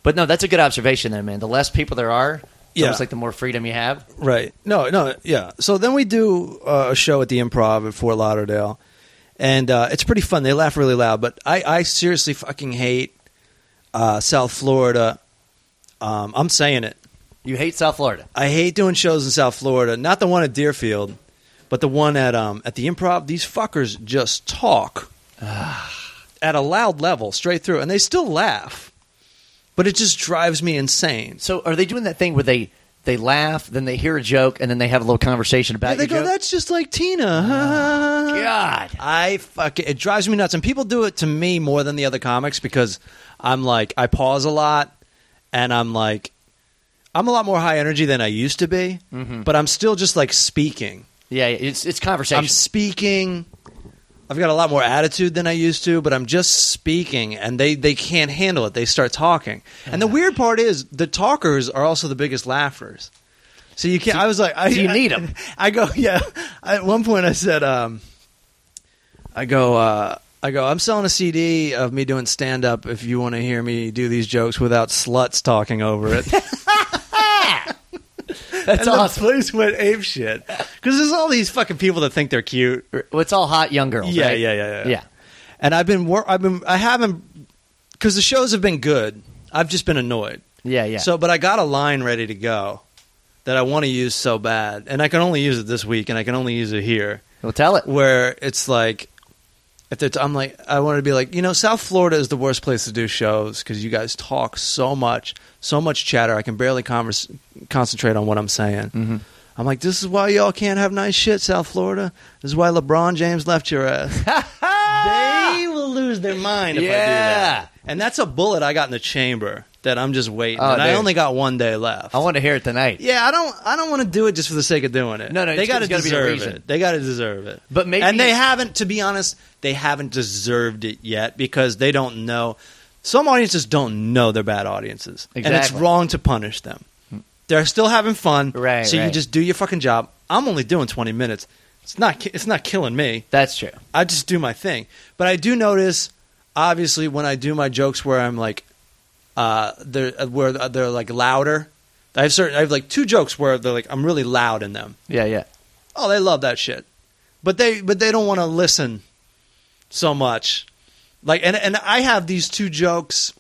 [SPEAKER 3] But no, that's a good observation there, man. The less people there are, it's
[SPEAKER 2] Yeah.
[SPEAKER 3] almost like the more freedom you have.
[SPEAKER 2] right? No, no, yeah. So then we do uh, a show at the Improv at Fort Lauderdale, and uh, it's pretty fun. They laugh really loud, but I, I seriously fucking hate uh, South Florida. Um, I'm saying it.
[SPEAKER 3] You hate South Florida.
[SPEAKER 2] I hate doing shows in South Florida. Not the one at Deerfield, but the one at um at the Improv. These fuckers just talk at a loud level, straight through, and they still laugh. But it just drives me insane.
[SPEAKER 3] So are they doing that thing where they They laugh, then they hear a joke, and then they have a little conversation about
[SPEAKER 2] And they
[SPEAKER 3] your
[SPEAKER 2] go,
[SPEAKER 3] joke.
[SPEAKER 2] that's just like
[SPEAKER 3] Ah.
[SPEAKER 2] Tina.
[SPEAKER 3] God.
[SPEAKER 2] I fuck it drives me nuts, and people do it to me more than the other comics because I'm like I pause a lot, and I'm like I'm a lot more high energy than I used to be, but I'm still just like speaking.
[SPEAKER 3] Yeah, it's it's
[SPEAKER 2] I'm
[SPEAKER 3] conversation.
[SPEAKER 2] speaking. I've got a lot more attitude than I used to, but I'm just speaking, and they they can't handle it. They start talking, and
[SPEAKER 3] Uh-huh.
[SPEAKER 2] the weird part is the talkers are also the biggest laughers. So you can't. I was like, I,
[SPEAKER 3] do you need
[SPEAKER 2] I-
[SPEAKER 3] 'em?
[SPEAKER 2] I go, yeah. At one point, I said, um, I go, uh, I go. I'm selling a CD of me doing stand up. If you want to hear me do these jokes without sluts talking over it,
[SPEAKER 3] That's
[SPEAKER 2] and the
[SPEAKER 3] awesome.
[SPEAKER 2] place went ape shit because there's all these fucking people that think they're cute.
[SPEAKER 3] Well, it's all hot young girls.
[SPEAKER 2] Yeah,
[SPEAKER 3] right?
[SPEAKER 2] yeah, yeah, yeah.
[SPEAKER 3] Yeah.
[SPEAKER 2] And I've been, wor- I've been, I haven't, because the shows have been good. I've just been annoyed.
[SPEAKER 3] Yeah, yeah.
[SPEAKER 2] So, but I got a line ready to go that I want to use so bad, and I can only use it this week, and I can only use it here,
[SPEAKER 3] well, tell it.
[SPEAKER 2] where it's like, if they're t- I'm like, I want to be like, you know, South Florida is the worst place to do shows because you guys talk so much, so much chatter. I can barely converse- concentrate on what I'm saying. I'm like, this is why y'all can't have nice shit, South Florida. This is why LeBron James left your ass they will lose their mind if I do
[SPEAKER 3] Ah! Yeah.
[SPEAKER 2] that. And that's a bullet I got in the chamber that I'm just waiting.
[SPEAKER 3] Oh,
[SPEAKER 2] and I
[SPEAKER 3] dude.
[SPEAKER 2] only got one day left.
[SPEAKER 3] I want to hear it tonight.
[SPEAKER 2] yeah, I don't. I don't want to do it just for the sake of doing it.
[SPEAKER 3] No, no,
[SPEAKER 2] they
[SPEAKER 3] it's-
[SPEAKER 2] got to
[SPEAKER 3] it's gotta be the
[SPEAKER 2] deserve
[SPEAKER 3] reason.
[SPEAKER 2] it. They got to deserve it.
[SPEAKER 3] But maybe-
[SPEAKER 2] and they haven't. To be honest, they haven't deserved it yet because they don't know. Some audiences don't know they're bad audiences, and it's
[SPEAKER 3] Exactly.
[SPEAKER 2] wrong to punish them. They're still having fun,
[SPEAKER 3] Right,
[SPEAKER 2] So you
[SPEAKER 3] right.
[SPEAKER 2] just do your fucking job. I'm only doing 20 minutes. It's not. ki- It's not killing me.
[SPEAKER 3] That's true.
[SPEAKER 2] I just do my thing. But I do notice, obviously, when I do my jokes where I'm like, uh, they're where they're like louder. I have certain, I have like two jokes where they're like, I'm really loud in them.
[SPEAKER 3] Yeah, yeah.
[SPEAKER 2] Oh, they love that shit, but they but they don't want to listen so much. Like, and and I have these two jokes.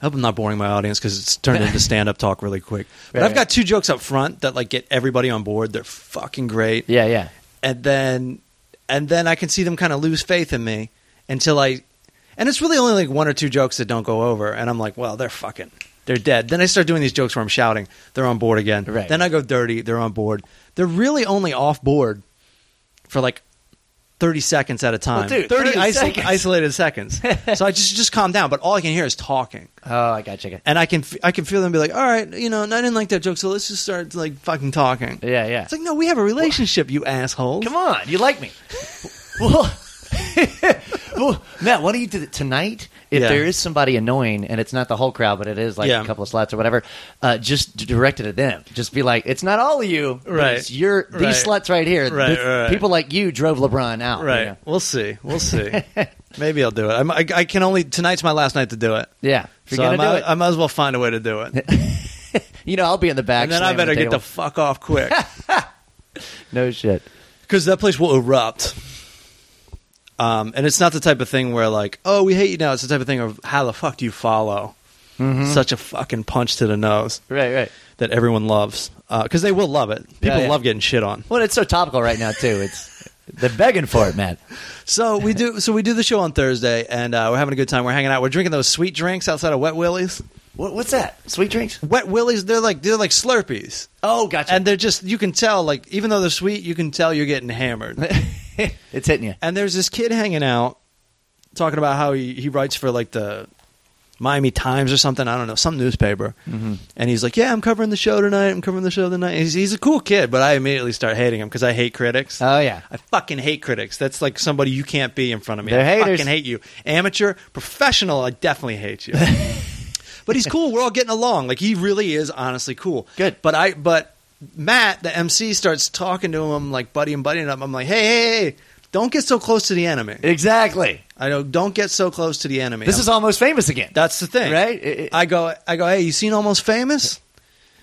[SPEAKER 2] I hope I'm not boring my audience because it's turned into stand up talk really quick. But
[SPEAKER 3] Right,
[SPEAKER 2] I've got
[SPEAKER 3] right.
[SPEAKER 2] two jokes up front that like get everybody on board. They're fucking great
[SPEAKER 3] Yeah, yeah.
[SPEAKER 2] and then and then I can see them kind of lose faith in me until I and it's really only like one or two jokes that don't go over and I'm like, well, they're fucking they're dead. Then I start doing these jokes where I'm shouting, they're on board again.
[SPEAKER 3] Right.
[SPEAKER 2] Then I go dirty, they're on board. They're really only off board for like 30 seconds at a time.
[SPEAKER 3] dude,
[SPEAKER 2] 30,
[SPEAKER 3] 30
[SPEAKER 2] iso-
[SPEAKER 3] seconds.
[SPEAKER 2] isolated seconds. so I just just calm down, but all I can hear is talking
[SPEAKER 3] Oh, I got you.
[SPEAKER 2] and I can f- I can feel them be like, all right, you know, I didn't like that joke, so let's just start like fucking talking.
[SPEAKER 3] Yeah, yeah.
[SPEAKER 2] It's like, no, we have a relationship, you assholes.
[SPEAKER 3] Come on, you like me. well, well, Matt, why don't you do it tonight? If
[SPEAKER 2] Yeah.
[SPEAKER 3] there is somebody annoying, and it's not the whole crowd, but it is like
[SPEAKER 2] Yeah.
[SPEAKER 3] a couple of sluts or whatever, uh, just d- direct it at them. Just be like, "It's not all of you, but
[SPEAKER 2] Right.
[SPEAKER 3] It's your these
[SPEAKER 2] Right.
[SPEAKER 3] sluts right here.
[SPEAKER 2] Right,
[SPEAKER 3] This-
[SPEAKER 2] right.
[SPEAKER 3] People like you drove LeBron out. you
[SPEAKER 2] Right.
[SPEAKER 3] know?
[SPEAKER 2] We'll see. We'll see. Maybe I'll do it. I'm, I, I can only tonight's my last night to do it.
[SPEAKER 3] Yeah. If you're
[SPEAKER 2] So I
[SPEAKER 3] gonna
[SPEAKER 2] might,
[SPEAKER 3] do it,
[SPEAKER 2] I might as well find a way to do it, and
[SPEAKER 3] you know I'll be in the back.
[SPEAKER 2] then I
[SPEAKER 3] slamming the
[SPEAKER 2] better get the
[SPEAKER 3] table.
[SPEAKER 2] fuck off quick
[SPEAKER 3] no shit.
[SPEAKER 2] because that place will erupt. Um, and it's not the type of thing where like, oh, we hate you now. It's the type of thing of how the fuck do you follow
[SPEAKER 3] Mm-hmm.
[SPEAKER 2] such a fucking punch to the nose
[SPEAKER 3] Right, right.
[SPEAKER 2] that everyone loves because they will love it. People
[SPEAKER 3] yeah.
[SPEAKER 2] love getting shit on.
[SPEAKER 3] Well, it's so topical right now too. It's they're begging for it, man.
[SPEAKER 2] So we do. So we do the show on Thursday, and uh, we're having a good time. We're hanging out. We're drinking those sweet drinks outside of Wet Willie's.
[SPEAKER 3] What, what's that? Sweet drinks?
[SPEAKER 2] Wet Willies, they're like they're like Slurpees,
[SPEAKER 3] Oh, gotcha.
[SPEAKER 2] and they're just you can tell like even though they're sweet, you can tell you're getting hammered.
[SPEAKER 3] it's hitting you.
[SPEAKER 2] and there's this kid hanging out talking about how he, he writes for like the Miami Times or something. I don't know some newspaper, and he's like, "Yeah, I'm covering the show tonight. I'm covering the show tonight." He's, he's a cool kid, but I immediately start hating him because I hate critics.
[SPEAKER 3] Oh yeah.
[SPEAKER 2] I fucking hate critics. That's like somebody you can't be in front of me.
[SPEAKER 3] They're
[SPEAKER 2] I
[SPEAKER 3] haters.
[SPEAKER 2] fucking hate you. Amateur, professional, I definitely hate you. but he's cool. We're all getting along. Like he really is honestly cool.
[SPEAKER 3] Good.
[SPEAKER 2] But I but Matt, the MC, starts talking to him like buddy and buddying up. I'm like, hey, hey, hey, don't get so close to the enemy.
[SPEAKER 3] Exactly.
[SPEAKER 2] I know, don't get so close to the enemy.
[SPEAKER 3] This
[SPEAKER 2] I'm-
[SPEAKER 3] is almost famous again.
[SPEAKER 2] that's the thing,
[SPEAKER 3] Right? It- it-
[SPEAKER 2] I go, I go. Hey, you seen Almost Famous?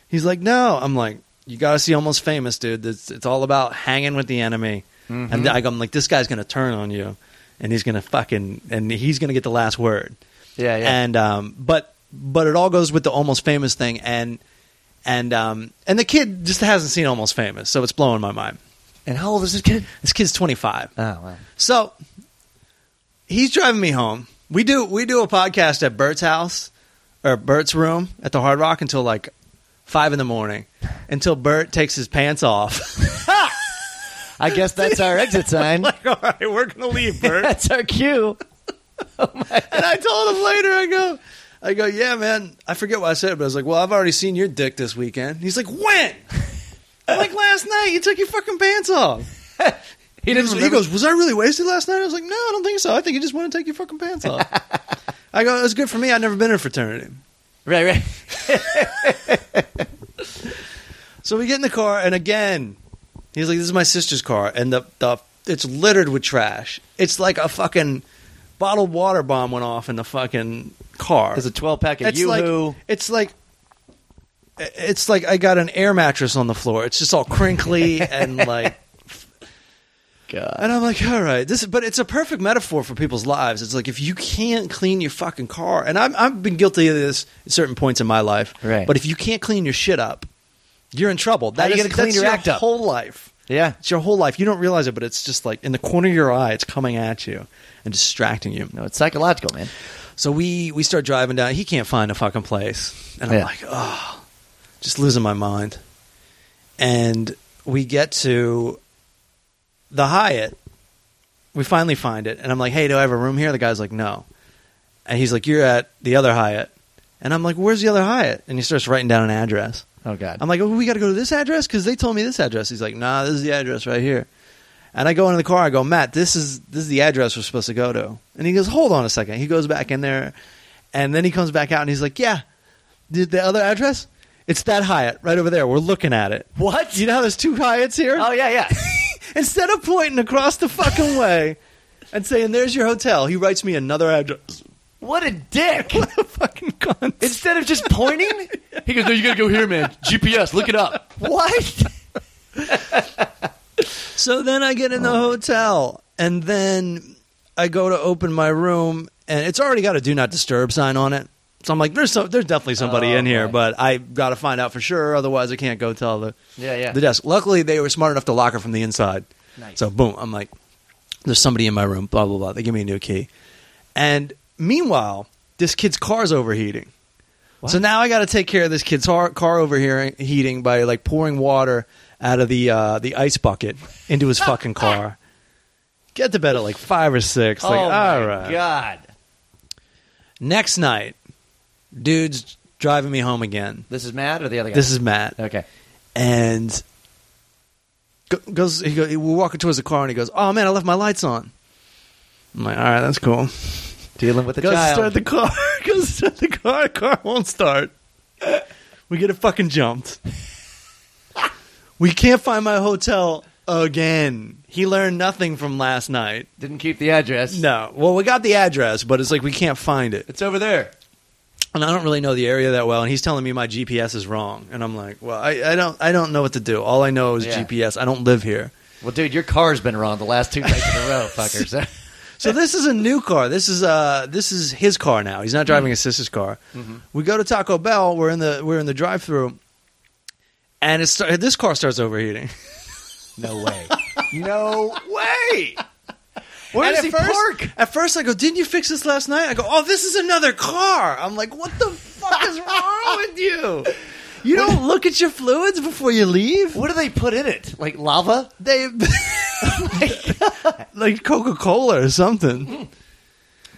[SPEAKER 2] He's like, no. I'm like, you got to see Almost Famous, dude. It's, it's all about hanging with the enemy.
[SPEAKER 3] Mm-hmm.
[SPEAKER 2] And th- I go, I'm like, this guy's gonna turn on you, and he's gonna fucking, and he's gonna get the last word.
[SPEAKER 3] Yeah, yeah.
[SPEAKER 2] And um, but but it all goes with the Almost Famous thing, and and um, and the kid just hasn't seen Almost Famous, so it's blowing my mind.
[SPEAKER 3] and how old is this kid?
[SPEAKER 2] This kid's 25.
[SPEAKER 3] Oh wow.
[SPEAKER 2] So he's driving me home. We do we do a podcast at Bert's house or Bert's room at the Hard Rock until like five in the morning until Bert takes his pants off.
[SPEAKER 3] I guess that's our exit sign.
[SPEAKER 2] like, all right, we're gonna leave, Bert.
[SPEAKER 3] That's our cue.
[SPEAKER 2] and I told him later, I go, I go, yeah, man. I forget what I said, but I was like, well, I've already seen your dick this weekend. He's like, when? I'm like last night. You took your fucking pants off.
[SPEAKER 3] He
[SPEAKER 2] He, was- he goes, was I really wasted last night? I was like, no, I don't think so. I think you just want to take your fucking pants off. I go, it was good for me. I'd never been in a fraternity.
[SPEAKER 3] Right, right.
[SPEAKER 2] So we get in the car, and again, he's like, "This is my sister's car," and the the it's littered with trash. It's like a fucking bottled water bomb went off in the fucking car.
[SPEAKER 3] There's a 12 pack of
[SPEAKER 2] it's
[SPEAKER 3] Yoo-Hoo.
[SPEAKER 2] like it's like it's like I got an air mattress on the floor. It's just all crinkly and like,
[SPEAKER 3] God.
[SPEAKER 2] and I'm like, all right, this. Is, but it's a perfect metaphor for people's lives. It's like if you can't clean your fucking car, and I'm, I've been guilty of this at certain points in my life.
[SPEAKER 3] Right.
[SPEAKER 2] But if you can't clean your shit up, you're in trouble.
[SPEAKER 3] How
[SPEAKER 2] That
[SPEAKER 3] you
[SPEAKER 2] is-
[SPEAKER 3] gonna clean
[SPEAKER 2] that's
[SPEAKER 3] your
[SPEAKER 2] your
[SPEAKER 3] act up?
[SPEAKER 2] whole life.
[SPEAKER 3] Yeah.
[SPEAKER 2] It's your whole life. You don't realize it, but it's just like in the corner of your eye, it's coming at you and distracting you.
[SPEAKER 3] No, it's psychological, man.
[SPEAKER 2] So we we start driving down. He can't find a fucking place, and I'm
[SPEAKER 3] Yeah.
[SPEAKER 2] like, oh, just losing my mind. And we get to the Hyatt. We finally find it, and I'm like, hey, do I have a room here? The guy's like, no, and he's like, you're at the other Hyatt, and I'm like, where's the other Hyatt? And he starts writing down an address.
[SPEAKER 3] Oh, God.
[SPEAKER 2] I'm like, oh, we got to go to this address because they told me this address. He's like, nah, this is the address right here. And I go into the car. I go, Matt, this is this is the address we're supposed to go to. And he goes, hold on a second. He goes back in there, and then he comes back out and he's like, yeah, the, the other address, it's that Hyatt right over there. We're looking at it.
[SPEAKER 3] What?
[SPEAKER 2] You know how there's two Hyatts here?
[SPEAKER 3] oh, yeah, yeah.
[SPEAKER 2] Instead of pointing across the fucking way and saying, "There's your hotel," he writes me another address.
[SPEAKER 3] What a dick.
[SPEAKER 2] What a fucking cunt!
[SPEAKER 3] Instead of just pointing,
[SPEAKER 4] He goes, no, you gotta go here, man. GPS, look it up.
[SPEAKER 3] what?
[SPEAKER 2] So then I get in the hotel, and then I go to open my room, and it's already got a "Do Not Disturb" sign on it. So I'm like, "There's so, there's definitely somebody
[SPEAKER 3] Oh,
[SPEAKER 2] in here,
[SPEAKER 3] right.
[SPEAKER 2] but I got to find out for sure. Otherwise, I can't go tell the
[SPEAKER 3] Yeah, yeah.
[SPEAKER 2] the desk." Luckily, they were smart enough to lock it from the inside.
[SPEAKER 3] Nice.
[SPEAKER 2] So boom, I'm like, "There's somebody in my room." Blah blah blah. They give me a new key, and meanwhile, this kid's car's overheating. So now I got to take care of this kid's har- car overheating by like pouring water out of the uh, the ice bucket into his fucking car. Get to bed at like five or six.
[SPEAKER 3] oh,
[SPEAKER 2] Like,
[SPEAKER 3] my
[SPEAKER 2] all right.
[SPEAKER 3] God.
[SPEAKER 2] Next night, dude's driving me home again.
[SPEAKER 3] This is Matt or the other guy?
[SPEAKER 2] This is Matt,
[SPEAKER 3] Okay.
[SPEAKER 2] and go- goes. He go, we're walking towards the car, and he goes, "Oh man, I left my lights on." I'm like, "All right, that's cool."
[SPEAKER 3] Dealing with a
[SPEAKER 2] Go
[SPEAKER 3] child.
[SPEAKER 2] start the car. Go start the car. Car won't start. We get it fucking jumped. We can't find my hotel again. He learned nothing from last night.
[SPEAKER 3] Didn't keep the address.
[SPEAKER 2] No. Well, we got the address, but it's like we can't find it.
[SPEAKER 3] It's over there.
[SPEAKER 2] And I don't really know the area that well. And he's telling me my GPS is wrong. And I'm like, well, I, I don't I don't know what to do. All I know is
[SPEAKER 3] Yeah.
[SPEAKER 2] GPS. I don't live here.
[SPEAKER 3] Well, dude, your car's been wrong the last two nights in a row, fucker. So.
[SPEAKER 2] So this is a new car. This is uh this is his car now. He's not driving his sister's car. We go to Taco Bell. We're in the we're in the drive-through, and it start, this car starts overheating.
[SPEAKER 3] No way. No
[SPEAKER 2] Way. Where
[SPEAKER 3] And
[SPEAKER 2] does
[SPEAKER 3] at
[SPEAKER 2] he first,
[SPEAKER 3] park?
[SPEAKER 2] At first, I go, "Didn't you fix this last night?" I go, "Oh, this is another car." I'm like, "What the fuck is wrong with you? You don't look at your fluids before you leave."
[SPEAKER 3] What do they put in it? Like lava?
[SPEAKER 2] They like Coca Cola or something.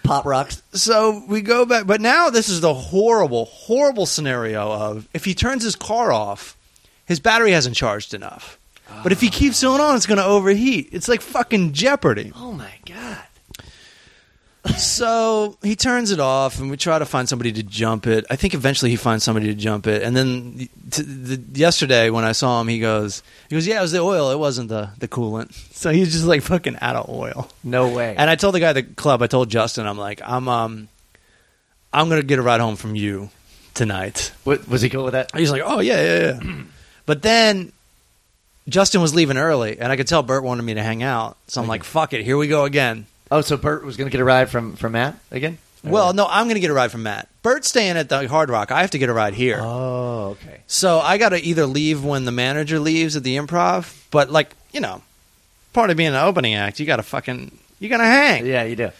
[SPEAKER 3] Pop rocks?
[SPEAKER 2] so we go back, but now this is the horrible, horrible scenario of if he turns his car off, his battery hasn't charged enough. But if he keeps going on, it's going to overheat. It's like fucking Jeopardy.
[SPEAKER 3] Oh my god.
[SPEAKER 2] So he turns it off, and we try to find somebody to jump it. I think eventually he finds somebody to jump it, and then t- the, yesterday when I saw him, he goes, he goes, yeah, it was the oil. It wasn't the the coolant. So he's just like fucking out of oil.
[SPEAKER 3] No way.
[SPEAKER 2] And I told the guy at the club, I told Justin, I'm like, I'm um, I'm gonna get a ride home from you tonight.
[SPEAKER 3] What, was he cool with that?
[SPEAKER 2] He's like, oh yeah, yeah, yeah. but then Justin was leaving early, and I could tell Bert wanted me to hang out, so I'm like, fuck it, here we go again.
[SPEAKER 3] Oh, so Bert was going to get a ride from from Matt again?
[SPEAKER 2] Well, no, I'm gonna get a ride from Matt. Bert's staying at the Hard Rock. I have to get a ride here.
[SPEAKER 3] Oh, okay.
[SPEAKER 2] So I got to either leave when the manager leaves at the improv, but like, you know, part of being an opening act, you got to fucking, you got to hang.
[SPEAKER 3] Yeah, you do.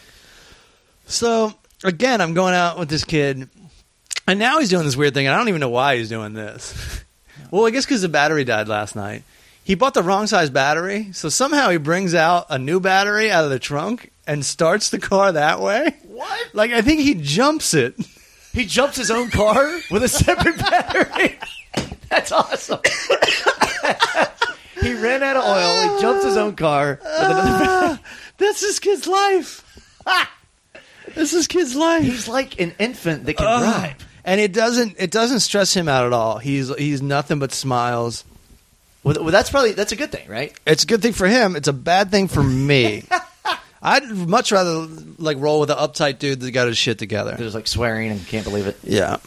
[SPEAKER 2] So again, I'm going out with this kid, and now he's doing this weird thing, and I don't even know why he's doing this. Well, I guess because the battery died last night. He bought the wrong size battery, so somehow he brings out a new battery out of the trunk and starts the car that way.
[SPEAKER 4] What?
[SPEAKER 2] Like I think he jumps it.
[SPEAKER 4] He jumps his own car with a separate battery. That's awesome. he ran out of oil. He jumped his own car.
[SPEAKER 2] That's this kid's life. This is kid's life.
[SPEAKER 4] He's like an infant that can
[SPEAKER 2] Ugh.
[SPEAKER 4] drive.
[SPEAKER 2] And it doesn't it doesn't stress him out at all. He's he's nothing but smiles.
[SPEAKER 4] Well, th- well, that's probably that's a good thing, right?
[SPEAKER 2] It's a good thing for him. It's a bad thing for me. I'd much rather like roll with an uptight dude that got his shit together.
[SPEAKER 3] There's like swearing and can't believe it.
[SPEAKER 2] Yeah.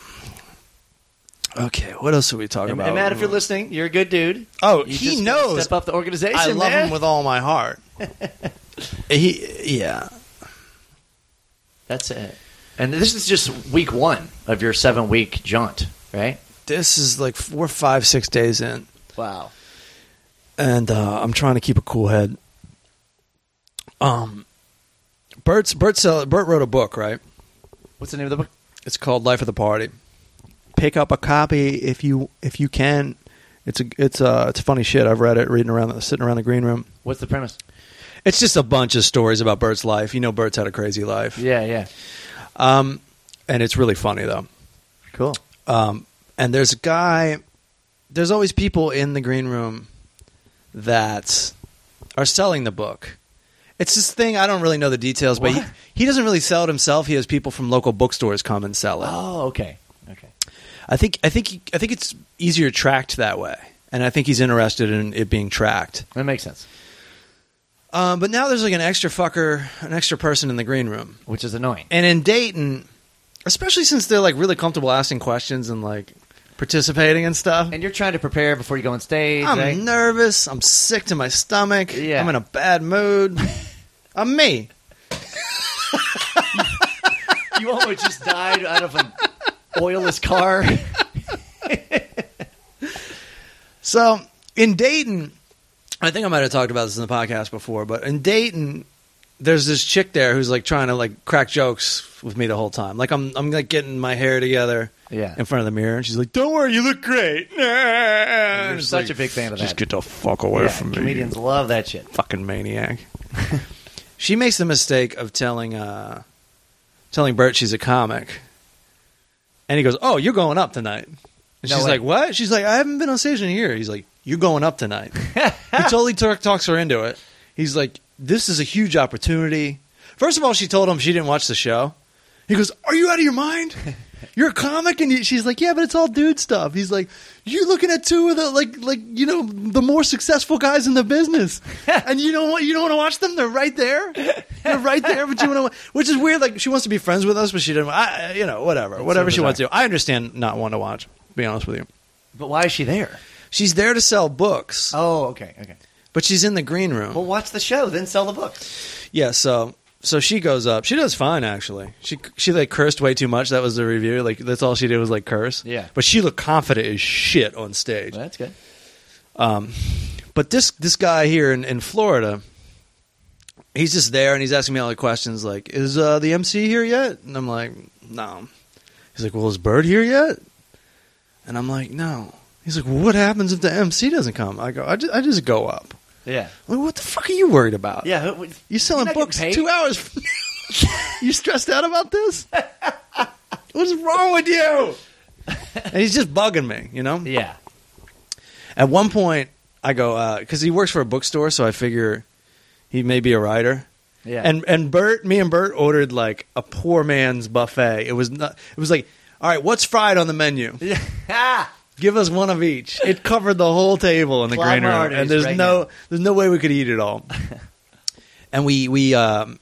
[SPEAKER 2] Okay, what else are we talking about?
[SPEAKER 4] And Matt, if you're listening, you're a good dude. You
[SPEAKER 2] oh, he
[SPEAKER 4] just gotta
[SPEAKER 2] knows.
[SPEAKER 4] Step up the organization.
[SPEAKER 2] I love
[SPEAKER 4] man.
[SPEAKER 2] him with all my heart. he, yeah.
[SPEAKER 4] That's it. And this is just week one of your seven week jaunt, right?
[SPEAKER 2] This is like four, five, six days in,
[SPEAKER 4] Wow.
[SPEAKER 2] and uh, I'm trying to keep a cool head. Um, Bert's Bert's uh, Bert wrote a book, right?
[SPEAKER 4] What's the name of the book?
[SPEAKER 2] It's called Life of the Party. Pick up a copy if you if you can. It's a it's a it's funny shit. I've read it reading around the, sitting around the green room.
[SPEAKER 4] What's the premise?
[SPEAKER 2] It's just a bunch of stories about Bert's life. You know, Bert's had a crazy life.
[SPEAKER 4] Yeah, yeah.
[SPEAKER 2] Um, and it's really funny though.
[SPEAKER 4] Cool.
[SPEAKER 2] Um, and there's a guy. There's always people in the green room that are selling the book. It's this thing. I don't really know the details, but he,
[SPEAKER 4] What?
[SPEAKER 2] he doesn't really sell it himself. He has people from local bookstores come and sell it.
[SPEAKER 4] Oh, okay. Okay.
[SPEAKER 2] I think I think he, I think it's easier tracked that way, and I think he's interested in it being tracked.
[SPEAKER 4] That makes sense.
[SPEAKER 2] Um, but now there's like an extra fucker, an extra person in the green room,
[SPEAKER 4] Which is annoying.
[SPEAKER 2] and in Dayton, especially since they're like really comfortable asking questions and like participating and stuff.
[SPEAKER 4] And you're trying to prepare before you go on stage,
[SPEAKER 2] I'm
[SPEAKER 4] right?
[SPEAKER 2] nervous. I'm sick to my stomach.
[SPEAKER 4] Yeah.
[SPEAKER 2] I'm in a bad mood. I'm me.
[SPEAKER 4] you almost just died out of an oilless car.
[SPEAKER 2] So in Dayton, I think I might have talked about this in the podcast before, but in Dayton, there's this chick there who's like trying to like crack jokes with me the whole time. Like I'm I'm like getting my hair together
[SPEAKER 4] Yeah.
[SPEAKER 2] in front of the mirror, and she's like, "Don't worry, you look great."
[SPEAKER 4] You're
[SPEAKER 2] You're
[SPEAKER 4] such a big fan of that.
[SPEAKER 2] Just get the fuck away
[SPEAKER 4] Yeah,
[SPEAKER 2] from me. you
[SPEAKER 4] comedians love that shit.
[SPEAKER 2] fucking maniac. she makes the mistake of telling uh, telling Bert she's a comic, and he goes, "Oh, you're going up tonight." And
[SPEAKER 4] No
[SPEAKER 2] she's
[SPEAKER 4] way.
[SPEAKER 2] like, "What?" She's like, "I haven't been on stage in a year." He's like, "You're going up tonight." he totally tur- talks her into it. He's like, "This is a huge opportunity." First of all, she told him she didn't watch the show. He goes, "Are you out of your mind?" You're a comic, and you, she's like, "Yeah, but it's all dude stuff." He's like, "You're looking at two of the like, like you know, the more successful guys in the business, and you know what? You don't want to watch them. They're right there. They're right there, but you want to." Which is weird. Like she wants to be friends with us, but she didn't. I, you know, whatever, whatever she
[SPEAKER 4] bizarre.
[SPEAKER 2] wants to. I understand not wanting to watch. To be honest with you,
[SPEAKER 4] But why is she there?
[SPEAKER 2] she's there to sell books,
[SPEAKER 4] Oh, okay, okay.
[SPEAKER 2] but she's in the green room.
[SPEAKER 4] Well, watch the show, then sell the book.
[SPEAKER 2] Yeah, so so she goes up. She does fine actually. She she like cursed way too much. That was the review. Like that's all she did was like curse.
[SPEAKER 4] Yeah.
[SPEAKER 2] But she looked confident as shit on stage. Um,
[SPEAKER 4] Well, that's good.
[SPEAKER 2] But this this guy here in, in Florida, he's just there and he's asking me all the questions like, "Is uh, the MC here yet?" And I'm like, "No." He's like, "Well, is Bird here yet?" And I'm like, "No." He's like, well, "What happens if the MC doesn't come?" I go, "I just, I just go up."
[SPEAKER 4] Yeah.
[SPEAKER 2] I'm like, what the fuck are you worried about?
[SPEAKER 4] Yeah. who- who-
[SPEAKER 2] You selling
[SPEAKER 4] You're not
[SPEAKER 2] books
[SPEAKER 4] getting paid.
[SPEAKER 2] two hours? From now? you stressed out about this? What's wrong with you? And he's just bugging me, you know.
[SPEAKER 4] Yeah.
[SPEAKER 2] At one point, I go because he works for a bookstore, so I figure he may be a writer.
[SPEAKER 4] Yeah.
[SPEAKER 2] And and Bert, me and Bert ordered like a poor man's buffet. It was not. It was like, all right, what's fried on the menu?
[SPEAKER 4] Yeah. Ah!
[SPEAKER 2] Give us one of each. It covered the whole table in the
[SPEAKER 4] Clog
[SPEAKER 2] green
[SPEAKER 4] my
[SPEAKER 2] room,
[SPEAKER 4] arteries
[SPEAKER 2] and there's
[SPEAKER 4] right
[SPEAKER 2] no
[SPEAKER 4] now.
[SPEAKER 2] there's no way we could eat it all. and we we um,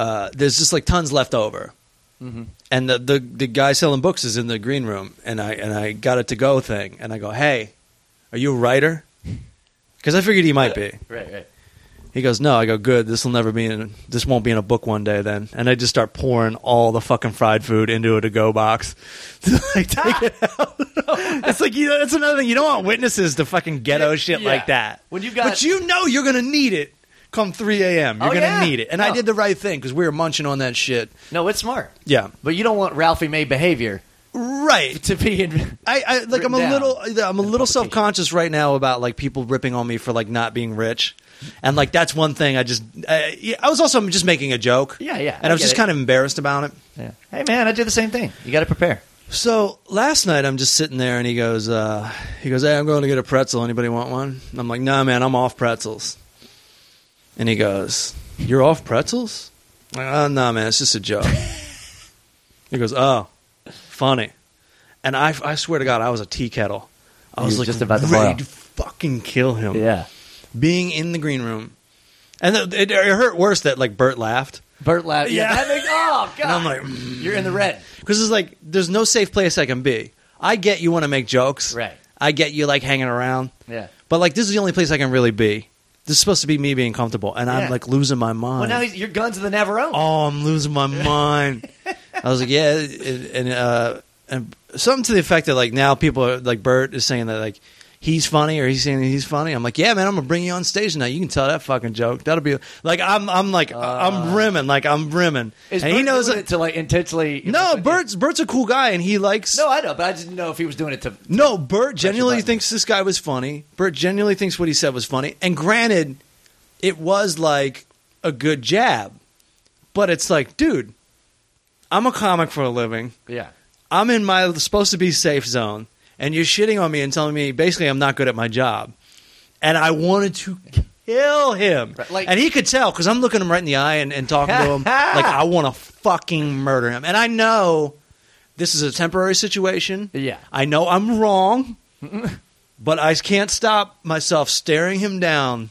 [SPEAKER 2] uh, there's just like tons left over, and the, the the guy selling books is in the green room, and I and I got a to go thing, and I go, hey, are you a writer? Because I figured he might be.
[SPEAKER 4] Right, right.
[SPEAKER 2] He goes, no. I go, good. This will never be in. This won't be in a book one day then. And I just start pouring all the fucking fried food into a to-go box. To, like, take it out. it's like you know, that's another thing. You don't want witnesses to fucking ghetto
[SPEAKER 4] Yeah,
[SPEAKER 2] shit
[SPEAKER 4] yeah.
[SPEAKER 2] like that.
[SPEAKER 4] When you've got-
[SPEAKER 2] but you know you're gonna need it come 3 a.m. You're
[SPEAKER 4] Oh,
[SPEAKER 2] gonna
[SPEAKER 4] yeah.
[SPEAKER 2] need it. And I
[SPEAKER 4] No.
[SPEAKER 2] did the right thing because we were munching on that shit.
[SPEAKER 4] No, it's smart.
[SPEAKER 2] Yeah.
[SPEAKER 4] But you don't want Ralphie May behavior
[SPEAKER 2] right.
[SPEAKER 3] to be in.
[SPEAKER 2] I, I like I'm
[SPEAKER 3] Written
[SPEAKER 2] a
[SPEAKER 3] down
[SPEAKER 2] little uh, I'm a little
[SPEAKER 3] publication.
[SPEAKER 2] self conscious right now about like people ripping on me for like not being rich, and like that's one thing I just I, yeah, I was also just making a joke.
[SPEAKER 3] Yeah, yeah,
[SPEAKER 2] And I,
[SPEAKER 3] I
[SPEAKER 2] was
[SPEAKER 3] get
[SPEAKER 2] just
[SPEAKER 3] it.
[SPEAKER 2] kind of embarrassed about it.
[SPEAKER 3] Yeah. Hey man, I do the same thing. You got to prepare.
[SPEAKER 2] So last night I'm just sitting there and he goes, uh, he goes, hey, I'm going to get a pretzel. Anybody want one? And I'm like, nah, man, I'm off pretzels. And he goes, you're off pretzels? I'm like, oh, nah, man, it's just a joke. he goes, oh, funny. And I, I swear to God, I was a tea kettle. I
[SPEAKER 3] You
[SPEAKER 2] was
[SPEAKER 3] were
[SPEAKER 2] like,
[SPEAKER 3] just about to boil.
[SPEAKER 2] ready to fucking kill him.
[SPEAKER 3] Yeah.
[SPEAKER 2] Being in the green room, and it, it, it hurt worse that like Bert laughed.
[SPEAKER 3] Burt Lab.
[SPEAKER 2] Yeah.
[SPEAKER 3] That makes- oh god.
[SPEAKER 2] And I'm like, mm.
[SPEAKER 3] you're in the red.
[SPEAKER 2] Because it's like there's no safe place I can be. I get you want to make jokes.
[SPEAKER 3] Right.
[SPEAKER 2] I get you like hanging around.
[SPEAKER 3] Yeah.
[SPEAKER 2] But like this is the only place I can really be. This is supposed to be me being comfortable, and
[SPEAKER 3] Yeah.
[SPEAKER 2] I'm like losing my mind.
[SPEAKER 3] Well, now he's, your guns in the Navarone.
[SPEAKER 2] oh, I'm losing my mind. I was like, yeah, and, and uh, and something to the effect that like now people are like Bert is saying that like. He's funny, or he's saying that he's funny. I'm like, yeah, man, I'm gonna bring you on stage tonight. You can tell that fucking joke. That'll be like, I'm, I'm like, I'm rimming, like I'm rimming,
[SPEAKER 3] Uh. Is
[SPEAKER 2] and
[SPEAKER 3] Bert
[SPEAKER 2] he knows
[SPEAKER 3] doing
[SPEAKER 2] it.
[SPEAKER 3] it to like intentionally.
[SPEAKER 2] No, Bert's Bert's a cool guy, and he likes.
[SPEAKER 3] No, I know, but I didn't know if he was doing it to.
[SPEAKER 2] No, Bert genuinely
[SPEAKER 3] button.
[SPEAKER 2] thinks this guy was funny. Bert genuinely thinks what he said was funny. And granted, it was like a good jab, but it's like, dude, I'm a comic for a living.
[SPEAKER 3] Yeah.
[SPEAKER 2] I'm in my supposed to be safe zone, and you're shitting on me and telling me basically I'm not good at my job. And I wanted to kill him,
[SPEAKER 3] Right, like-
[SPEAKER 2] and he could tell because I'm looking him right in the eye and, and talking to him like I want to fucking murder him. And I know this is a temporary situation.
[SPEAKER 3] Yeah.
[SPEAKER 2] I know I'm wrong, but I can't stop myself staring him down.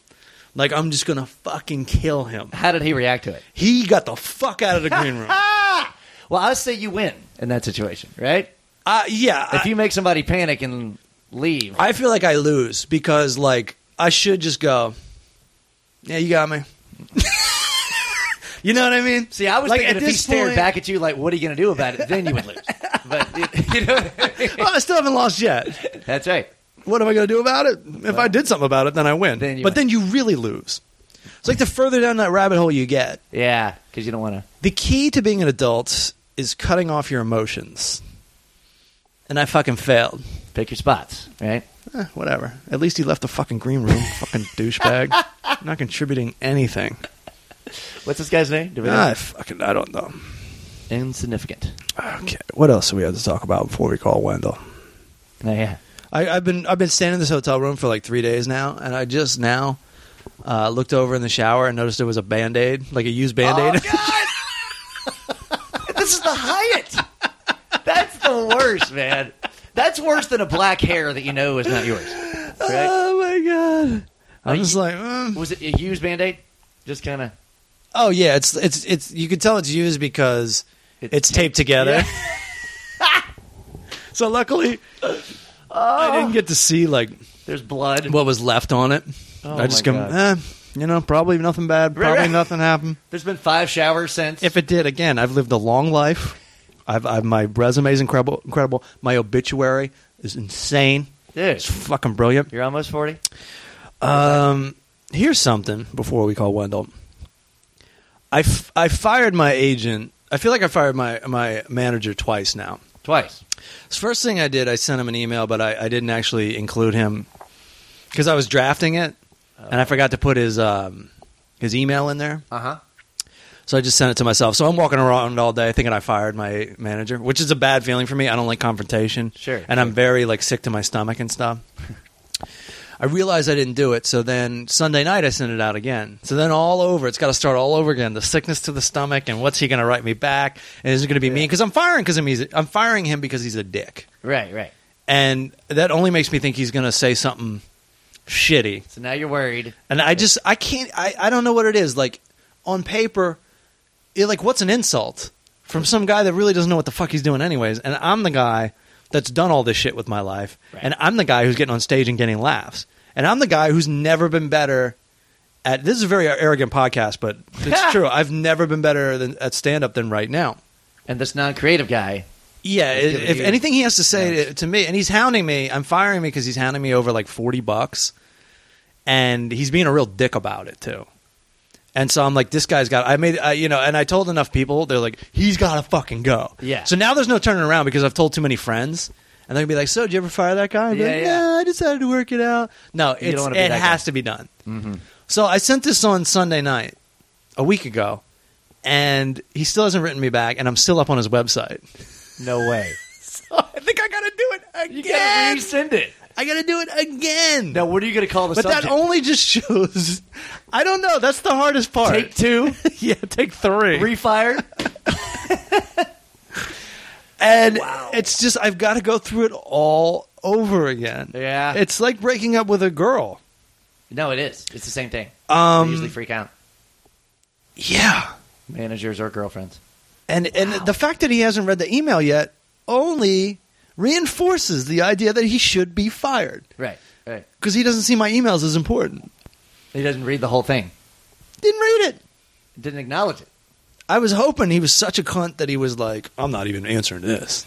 [SPEAKER 2] Like I'm just gonna fucking kill him.
[SPEAKER 3] How did he react to it?
[SPEAKER 2] He got the fuck out of the green room.
[SPEAKER 3] Ah! Well, I say you win in that situation, right?
[SPEAKER 2] Uh, yeah, I-
[SPEAKER 3] If you make somebody panic and leave,
[SPEAKER 2] I feel like I lose because like I should just go. Yeah, you got me. you know what I mean?
[SPEAKER 3] see, I was
[SPEAKER 2] like,
[SPEAKER 3] thinking
[SPEAKER 2] at
[SPEAKER 3] if he
[SPEAKER 2] this
[SPEAKER 3] stared
[SPEAKER 2] point-
[SPEAKER 3] back at you, like, what are you going to do about it? Then you would lose. But you know,
[SPEAKER 2] Well, I still haven't lost yet.
[SPEAKER 3] that's right.
[SPEAKER 2] What am I going to do about it? If I did something about it, then I win.
[SPEAKER 3] Then you
[SPEAKER 2] but
[SPEAKER 3] win.
[SPEAKER 2] then you really lose. It's like the further down that rabbit hole you get.
[SPEAKER 3] Yeah, because you don't want to.
[SPEAKER 2] The key to being an adult is cutting off your emotions. And I fucking failed.
[SPEAKER 3] Pick your spots, right?
[SPEAKER 2] Eh, whatever. At least he left the fucking green room. fucking douchebag. Not contributing anything.
[SPEAKER 3] What's this guy's name? Do we know?
[SPEAKER 2] I fucking I don't know.
[SPEAKER 3] Insignificant.
[SPEAKER 2] Okay. What else do we have to talk about before we call Wendell?
[SPEAKER 3] Oh, yeah.
[SPEAKER 2] I, I've been I've been staying in this hotel room for like three days now, and I just now uh, looked over in the shower and noticed there was a band aid, like a used band aid.
[SPEAKER 3] this is the Hyatt. That's the worst, man. That's worse than a black hair that you know is not yours. Right?
[SPEAKER 2] Oh, my god! I'm
[SPEAKER 3] Like,
[SPEAKER 2] just like, mm.
[SPEAKER 3] Was it a used band aid? Just kind of.
[SPEAKER 2] oh yeah, it's it's it's you can tell it's used because it's, taped together. so luckily,
[SPEAKER 3] Oh.
[SPEAKER 2] I didn't get to see like
[SPEAKER 3] There's blood.
[SPEAKER 2] what was left on it.
[SPEAKER 3] Oh,
[SPEAKER 2] I just
[SPEAKER 3] my
[SPEAKER 2] come, eh,
[SPEAKER 3] God.
[SPEAKER 2] you know, probably nothing bad,
[SPEAKER 3] Right,
[SPEAKER 2] probably
[SPEAKER 3] right.
[SPEAKER 2] nothing happened.
[SPEAKER 3] There's been five showers since.
[SPEAKER 2] If it did, again, I've lived a long life. I've, I've my resume's incredible. Incredible. My obituary is insane.
[SPEAKER 3] Dude,
[SPEAKER 2] It's fucking brilliant.
[SPEAKER 3] you're almost forty.
[SPEAKER 2] Um, here's something before we call Wendell. I, f- I fired my agent. I feel like I fired my my manager twice now.
[SPEAKER 3] Twice.
[SPEAKER 2] So First thing I did, I sent him an email, but I, I didn't actually include him because I was drafting it, and I forgot to put his um, his email in there.
[SPEAKER 3] Uh huh.
[SPEAKER 2] So I just sent it to myself. So I'm walking around all day thinking I fired my manager, which is a bad feeling for me. I don't like confrontation.
[SPEAKER 3] Sure,
[SPEAKER 2] And I'm very like sick to my stomach and stuff. I realized I didn't do it. So then Sunday night I sent it out again. So then all over, it's got to start all over again. The sickness to the stomach and what's he going to write me back? And is it going to be me? Because I'm firing because he's I'm firing him because he's a dick,
[SPEAKER 3] Right, right.
[SPEAKER 2] and that only makes me think he's going to say something shitty.
[SPEAKER 3] So now you're worried.
[SPEAKER 2] And I just I can't I, I don't know what it is. Like on paper, it, like what's an insult from some guy that really doesn't know what the fuck he's doing anyways? And I'm the guy that's done all this shit with my life.
[SPEAKER 3] Right.
[SPEAKER 2] And I'm the guy who's getting on stage and getting laughs. And I'm the guy who's never been better at this is a very arrogant podcast, but it's true. I've never been better than, at stand up than right now.
[SPEAKER 3] And this non-creative guy.
[SPEAKER 2] Yeah,
[SPEAKER 3] He's giving
[SPEAKER 2] if, if
[SPEAKER 3] you-
[SPEAKER 2] anything he has to say
[SPEAKER 3] Yeah.
[SPEAKER 2] to, to me, and he's hounding me, I'm firing me because he's hounding me over like forty bucks, and he's being a real dick about it too. And so I'm like, this guy's got. I made, I, you know, and I told enough people. They're like, he's got to fucking go.
[SPEAKER 3] Yeah.
[SPEAKER 2] So now there's no turning around because I've told too many friends, and they're gonna be like, so did you ever fire that guy? I'm
[SPEAKER 3] Yeah,
[SPEAKER 2] like,
[SPEAKER 3] yeah.
[SPEAKER 2] "Nah, I decided to work it out. No,
[SPEAKER 3] don't
[SPEAKER 2] it's,
[SPEAKER 3] wanna be
[SPEAKER 2] it has
[SPEAKER 3] that guy. Mm-hmm.
[SPEAKER 2] to be done. So I sent this on Sunday night, a week ago, and he still hasn't written me back, and I'm still up on his website.
[SPEAKER 3] No way.
[SPEAKER 2] So I think I gotta do it again.
[SPEAKER 3] You gotta resend it.
[SPEAKER 2] I gotta do it again.
[SPEAKER 3] Now, what are you gonna call the
[SPEAKER 2] but
[SPEAKER 3] subject?
[SPEAKER 2] that only just shows. I don't know. That's the hardest part.
[SPEAKER 3] Take two,
[SPEAKER 2] yeah, take three.
[SPEAKER 3] refire.
[SPEAKER 2] and it's just I've got to go through it all over again.
[SPEAKER 3] Yeah.
[SPEAKER 2] it's like breaking up with a girl.
[SPEAKER 3] No, it is. It's the same thing.
[SPEAKER 2] Um,
[SPEAKER 3] they usually freak out.
[SPEAKER 2] Yeah,
[SPEAKER 3] Managers or girlfriends.
[SPEAKER 2] and and the fact that he hasn't read the email yet only reinforces the idea that he should be fired
[SPEAKER 3] Right. Right.
[SPEAKER 2] because he doesn't see my emails as important.
[SPEAKER 3] He doesn't read the whole thing.
[SPEAKER 2] Didn't read it.
[SPEAKER 3] Didn't acknowledge it.
[SPEAKER 2] I was hoping he was such a cunt that he was like, I'm not even answering this.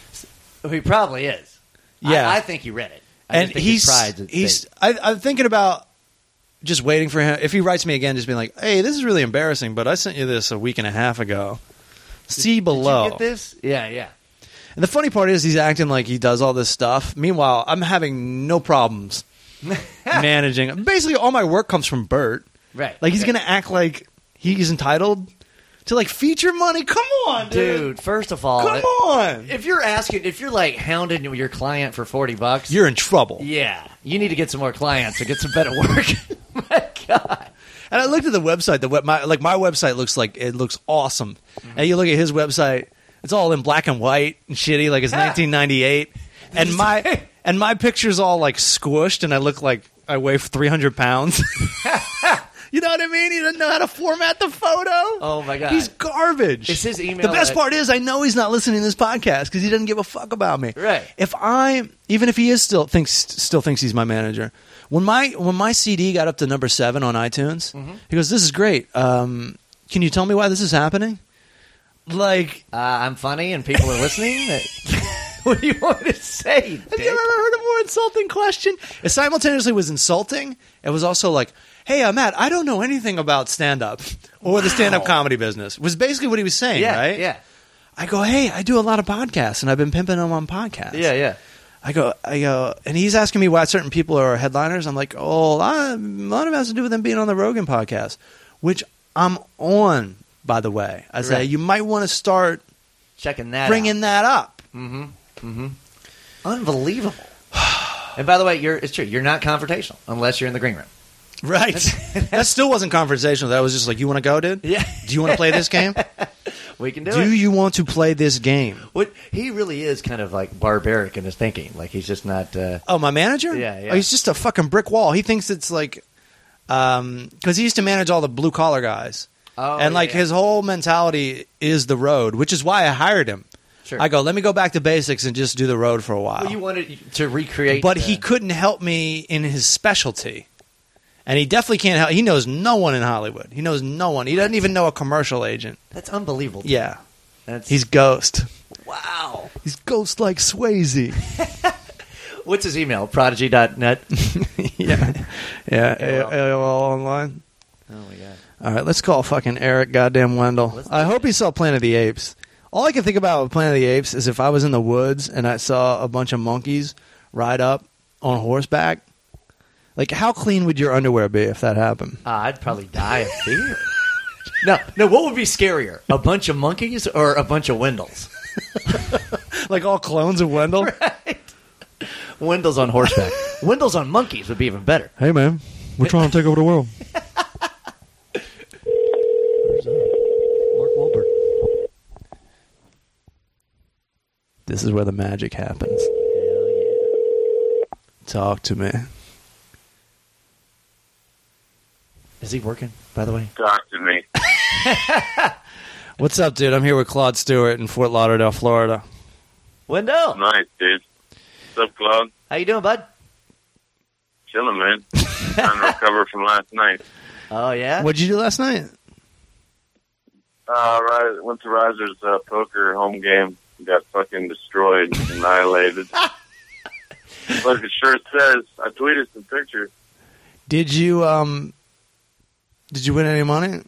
[SPEAKER 3] Well, He probably is. I-
[SPEAKER 2] Yeah.
[SPEAKER 3] I, think he read it. I
[SPEAKER 2] and
[SPEAKER 3] just think
[SPEAKER 2] he's
[SPEAKER 3] his pride's at
[SPEAKER 2] he's
[SPEAKER 3] stake.
[SPEAKER 2] I, I'm thinking about just waiting for him. If he writes me again, just being like, "Hey, this is really embarrassing, but I sent you this a week and a half ago. See below."
[SPEAKER 3] Did you get this? Yeah, yeah.
[SPEAKER 2] And the funny part is, he's acting like he does all this stuff. Meanwhile, I'm having no problems managing. Basically, all my work comes from Bert.
[SPEAKER 3] Right.
[SPEAKER 2] Like he's
[SPEAKER 3] right.
[SPEAKER 2] gonna act like he's entitled to like feature money. Come on, dude.
[SPEAKER 3] Dude, first of all,
[SPEAKER 2] Come
[SPEAKER 3] it-
[SPEAKER 2] on.
[SPEAKER 3] if you're asking, if you're like hounding your client for forty bucks,
[SPEAKER 2] You're in trouble.
[SPEAKER 3] yeah, you need to get some more clients or get some better work. Oh My God,
[SPEAKER 2] And I looked at the website. The web, my, like my website looks like it looks awesome.
[SPEAKER 3] Mm-hmm.
[SPEAKER 2] And you look at his website; it's all in black and white and shitty, like it's
[SPEAKER 3] Yeah.
[SPEAKER 2] 1998. And my and my picture's all like squished, and I look like I weigh 300 pounds. you know what I mean? He doesn't know how to format the photo.
[SPEAKER 3] Oh, my God.
[SPEAKER 2] he's garbage.
[SPEAKER 3] It's his email
[SPEAKER 2] The best
[SPEAKER 3] that-
[SPEAKER 2] part is, I know he's not listening to this podcast because he doesn't give a fuck about me.
[SPEAKER 3] Right.
[SPEAKER 2] If I, even if he is still thinks still thinks he's my manager, when my when my CD got up to number seven on iTunes, he goes, "This is great. Um, can you tell me why this is happening?" Like,
[SPEAKER 3] uh, I'm funny and people are listening. what do you want me to say?
[SPEAKER 2] have
[SPEAKER 3] dick?
[SPEAKER 2] you ever heard a more insulting question? It simultaneously was insulting. It was also like, "Hey, uh, Matt, I don't know anything about stand up or the stand up comedy business." Was basically what he was saying,
[SPEAKER 3] yeah,
[SPEAKER 2] right?
[SPEAKER 3] yeah,
[SPEAKER 2] I go, "Hey, I do a lot of podcasts, and I've been pimping them on podcasts."
[SPEAKER 3] yeah, yeah.
[SPEAKER 2] I go, I go, and he's asking me why certain people are headliners. I'm like, oh, a lot, a lot of it has to do with them being on the Rogan podcast, which I'm on, by the way. I say
[SPEAKER 3] Right.
[SPEAKER 2] you might want to start
[SPEAKER 3] Checking that. out.
[SPEAKER 2] bringing that up.
[SPEAKER 3] unbelievable. and by the way, you're it's true. You're not confrontational unless you're in the green room.
[SPEAKER 2] Right. that still wasn't conversational. That was just like, you want to go, dude?
[SPEAKER 3] Yeah.
[SPEAKER 2] Do you want to play this game?
[SPEAKER 3] We can do,
[SPEAKER 2] do
[SPEAKER 3] it.
[SPEAKER 2] you want to play this game?
[SPEAKER 3] What he really is kind of like barbaric in his thinking. Like he's just not. Uh,
[SPEAKER 2] Oh, my manager?
[SPEAKER 3] Yeah, yeah.
[SPEAKER 2] Oh, he's just a fucking brick wall. He thinks it's like, um, because he used to manage all the blue collar guys.
[SPEAKER 3] Oh,
[SPEAKER 2] and
[SPEAKER 3] yeah,
[SPEAKER 2] like
[SPEAKER 3] yeah.
[SPEAKER 2] his whole mentality is the road, which is why I hired him.
[SPEAKER 3] Sure.
[SPEAKER 2] I go, let me go back to basics and just do the road for a while.
[SPEAKER 3] well, you wanted to recreate,
[SPEAKER 2] but
[SPEAKER 3] the-
[SPEAKER 2] he couldn't help me in his specialty. And he definitely can't help. He knows no one in Hollywood. He knows no one. He doesn't even know a commercial agent.
[SPEAKER 3] That's unbelievable.
[SPEAKER 2] Yeah.
[SPEAKER 3] That's
[SPEAKER 2] He's ghost.
[SPEAKER 3] wow.
[SPEAKER 2] He's ghost like Swayze.
[SPEAKER 3] What's his email? Prodigy.net. oh
[SPEAKER 2] yeah. Yeah.
[SPEAKER 3] AOL.
[SPEAKER 2] AOL online.
[SPEAKER 3] Oh, my god.
[SPEAKER 2] All right, let's call fucking Eric goddamn Wendell.
[SPEAKER 3] Let's do
[SPEAKER 2] I hope he saw Planet of the Apes. All I can think about with Planet of the Apes is if I was in the woods and I saw a bunch of monkeys ride up on horseback. Like, how clean would your underwear be if that happened?
[SPEAKER 3] Ah, I'd probably die of fear. no, no. What would be scarier? A bunch of monkeys or a bunch of Wendels?
[SPEAKER 2] Like all clones of Wendell?
[SPEAKER 3] Wendels on horseback. Wendels on monkeys would be even better.
[SPEAKER 2] Hey, man, we're trying to take over the world.
[SPEAKER 3] Mark Wahlberg.
[SPEAKER 2] This is where the magic happens. Talk to me.
[SPEAKER 3] Is he working? By the way.
[SPEAKER 5] talk to me.
[SPEAKER 2] What's up, dude? I'm here with Claude Stewart in Fort Lauderdale, Florida.
[SPEAKER 3] Wendell,
[SPEAKER 5] Nice, dude. What's up, Claude?
[SPEAKER 3] how you doing, bud?
[SPEAKER 5] Chilling, man. Trying to recover from last night.
[SPEAKER 3] Oh yeah.
[SPEAKER 2] What'd you do last night?
[SPEAKER 5] Uh, Ri- went to Riser's uh, poker home game. Got fucking destroyed, annihilated. Look, it sure says. I tweeted some pictures.
[SPEAKER 2] Did you um? Did you win any money?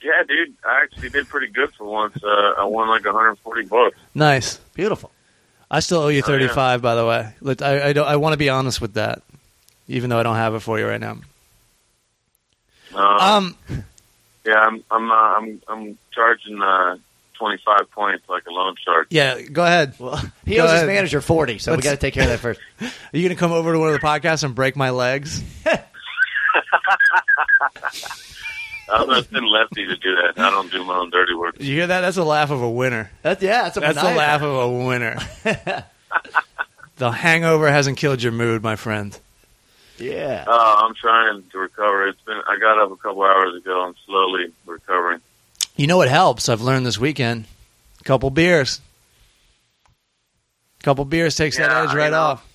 [SPEAKER 5] Yeah, dude, I actually did pretty good for once. Uh, I won like 140 bucks.
[SPEAKER 2] Nice.
[SPEAKER 4] Beautiful.
[SPEAKER 2] I still owe you
[SPEAKER 5] Oh, yeah.
[SPEAKER 2] 35, by the way. Let- I, I, don't- I want to be honest with that, even though I don't have it for you right now.
[SPEAKER 5] Uh,
[SPEAKER 2] Um,
[SPEAKER 5] yeah, I'm I'm uh, I'm I'm charging uh, 25 points like a loan shark.
[SPEAKER 2] yeah, go ahead.
[SPEAKER 4] Well, he
[SPEAKER 2] Go
[SPEAKER 4] owes his
[SPEAKER 2] ahead.
[SPEAKER 4] manager forty, so
[SPEAKER 2] Let's-
[SPEAKER 4] we got to take care of that first.
[SPEAKER 2] Are you going to come over to one of the podcasts and break my legs?
[SPEAKER 5] I'm not been lefty to do that. I don't do my own dirty work.
[SPEAKER 2] You hear that? That's a laugh of a winner.
[SPEAKER 4] That, yeah, that's a
[SPEAKER 2] That's the
[SPEAKER 4] maniacal.
[SPEAKER 2] laugh of a winner. the hangover hasn't killed your mood, my friend.
[SPEAKER 4] Yeah.
[SPEAKER 5] Uh, I'm trying to recover. It's been I got up a couple hours ago. I'm slowly recovering.
[SPEAKER 2] You know what helps? I've learned this weekend. Couple beers. Couple beers takes
[SPEAKER 5] Yeah,
[SPEAKER 2] that edge
[SPEAKER 5] I
[SPEAKER 2] right
[SPEAKER 5] know.
[SPEAKER 2] off.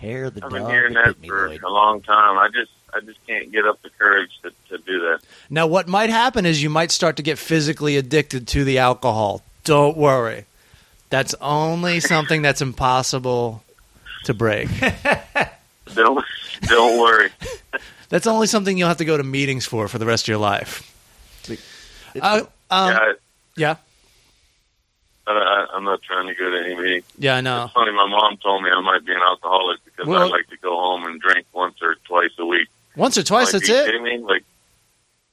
[SPEAKER 3] Hair of the
[SPEAKER 5] I've
[SPEAKER 3] dog
[SPEAKER 5] been hearing
[SPEAKER 3] that
[SPEAKER 5] that
[SPEAKER 3] bit me,
[SPEAKER 5] for
[SPEAKER 3] Lloyd.
[SPEAKER 5] a long time. I just I just can't get up the courage to, to do that.
[SPEAKER 2] Now, what might happen is you might start to get physically addicted to the alcohol. Don't worry. That's only something that's impossible to break.
[SPEAKER 5] Don't don't worry.
[SPEAKER 2] That's only something you'll have to go to meetings for for the rest of your life. Uh, um,
[SPEAKER 5] yeah,
[SPEAKER 2] yeah. yeah,
[SPEAKER 5] I, I, I, I'm not trying to go to any meeting.
[SPEAKER 2] I know.
[SPEAKER 5] It's funny. My mom told me I might be an alcoholic because
[SPEAKER 2] Uh-huh. Well-
[SPEAKER 5] I like to go home and drink once or twice a week.
[SPEAKER 2] Once or twice,
[SPEAKER 5] like,
[SPEAKER 2] that's
[SPEAKER 5] are you
[SPEAKER 2] it.
[SPEAKER 5] Kidding me? Like,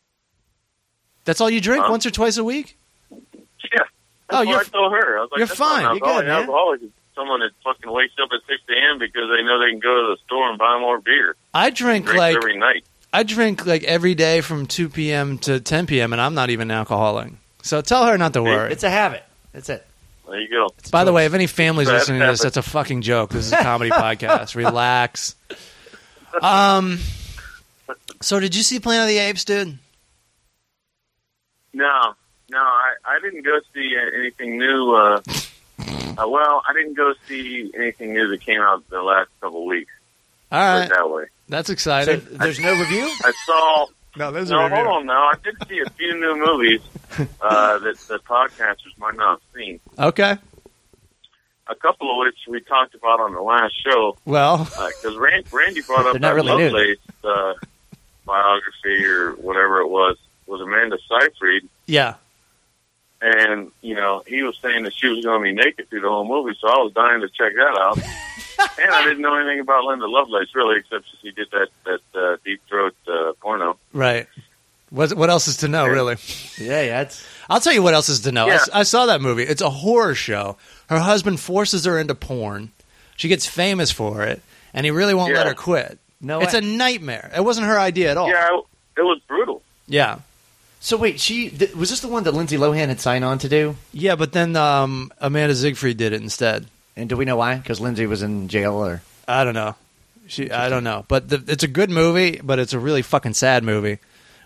[SPEAKER 2] That's all you drink,
[SPEAKER 5] Huh?
[SPEAKER 2] once or twice a week.
[SPEAKER 5] yeah.
[SPEAKER 2] Oh,
[SPEAKER 5] That's what
[SPEAKER 2] you're-
[SPEAKER 5] I told her. I was like,
[SPEAKER 2] you're
[SPEAKER 5] that's not
[SPEAKER 2] fine.
[SPEAKER 5] an
[SPEAKER 2] You're good,
[SPEAKER 5] alcoholic. An
[SPEAKER 2] man.
[SPEAKER 5] alcoholic is someone that fucking wakes up at six a.m. because they know they can go to the store and buy more beer.
[SPEAKER 2] I drink
[SPEAKER 5] Drinks
[SPEAKER 2] like
[SPEAKER 5] every night.
[SPEAKER 2] I drink like every day from 2 p.m. to 10 p.m. and I'm not even an alcoholic. So tell her not to worry.
[SPEAKER 4] It's a habit. That's it.
[SPEAKER 5] There you go.
[SPEAKER 4] It's a
[SPEAKER 2] By the
[SPEAKER 4] choice.
[SPEAKER 2] way, if any families
[SPEAKER 5] That's
[SPEAKER 2] listening to this,
[SPEAKER 5] happened.
[SPEAKER 2] that's a fucking joke. This is a comedy podcast. Relax. Um. So did you see Planet of the Apes, dude?
[SPEAKER 5] No, no, I, I didn't go see uh, anything new. Uh, uh, well, I didn't go see anything new that came out the last couple weeks.
[SPEAKER 2] All
[SPEAKER 5] Put
[SPEAKER 4] Uh,
[SPEAKER 2] right,
[SPEAKER 5] it that way.
[SPEAKER 2] that's
[SPEAKER 4] so
[SPEAKER 2] exciting.
[SPEAKER 4] there's no review.
[SPEAKER 5] I saw
[SPEAKER 2] no, there's
[SPEAKER 5] No, hold on now. I did see a few new movies uh, that the podcasters might not have seen.
[SPEAKER 2] Okay.
[SPEAKER 5] A couple of which we talked about on the last show
[SPEAKER 2] Well,
[SPEAKER 5] because Rand, Randy brought up
[SPEAKER 4] They're not
[SPEAKER 5] that
[SPEAKER 4] really new.
[SPEAKER 5] Lovelace uh, biography or whatever it was was Amanda Seyfried,
[SPEAKER 2] yeah.
[SPEAKER 5] and you know he was saying that she was going to be naked through the whole movie, so I was dying to check that out. and I didn't know anything about Linda Lovelace really, except she did that that uh, deep throat uh, porno.
[SPEAKER 2] Right. What What else is to know, really?
[SPEAKER 4] yeah, yeah. It's,
[SPEAKER 2] I'll tell you what else is to know. I
[SPEAKER 5] Yeah.
[SPEAKER 2] s I I, saw that movie. It's a horror show. Her husband forces her into porn. She gets famous for it, and he really won't let
[SPEAKER 5] Yeah.
[SPEAKER 2] her quit.
[SPEAKER 4] no.
[SPEAKER 2] it's
[SPEAKER 4] way.
[SPEAKER 2] a nightmare. It wasn't her idea at all.
[SPEAKER 5] Yeah, it was brutal.
[SPEAKER 2] Yeah.
[SPEAKER 4] so wait. She th- was this the one that Lindsay Lohan had signed on to do?
[SPEAKER 2] Yeah, but then um, Amanda Siegfried did it instead.
[SPEAKER 4] And do we know why? Because Lindsay was in jail, or
[SPEAKER 2] I don't know. She, I don't know. But the, it's a good movie, but it's a really fucking sad movie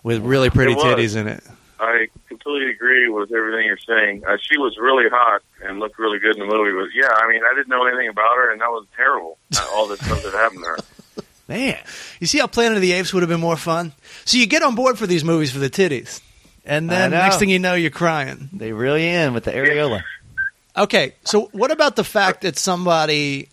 [SPEAKER 2] with really pretty
[SPEAKER 5] It was.
[SPEAKER 2] titties in it.
[SPEAKER 5] I completely agree with everything you're saying. Uh, she was really hot and looked really good in the movie. But yeah, I mean, I didn't know anything about her, and that was terrible. Uh, all this stuff that happened to her.
[SPEAKER 4] man,
[SPEAKER 2] You see how Planet of the Apes would have been more fun? So you get on board for these movies for the titties, and then
[SPEAKER 4] I know.
[SPEAKER 2] next thing you know, you're crying.
[SPEAKER 4] they really in with the areola.
[SPEAKER 2] Okay, so what about the fact that somebody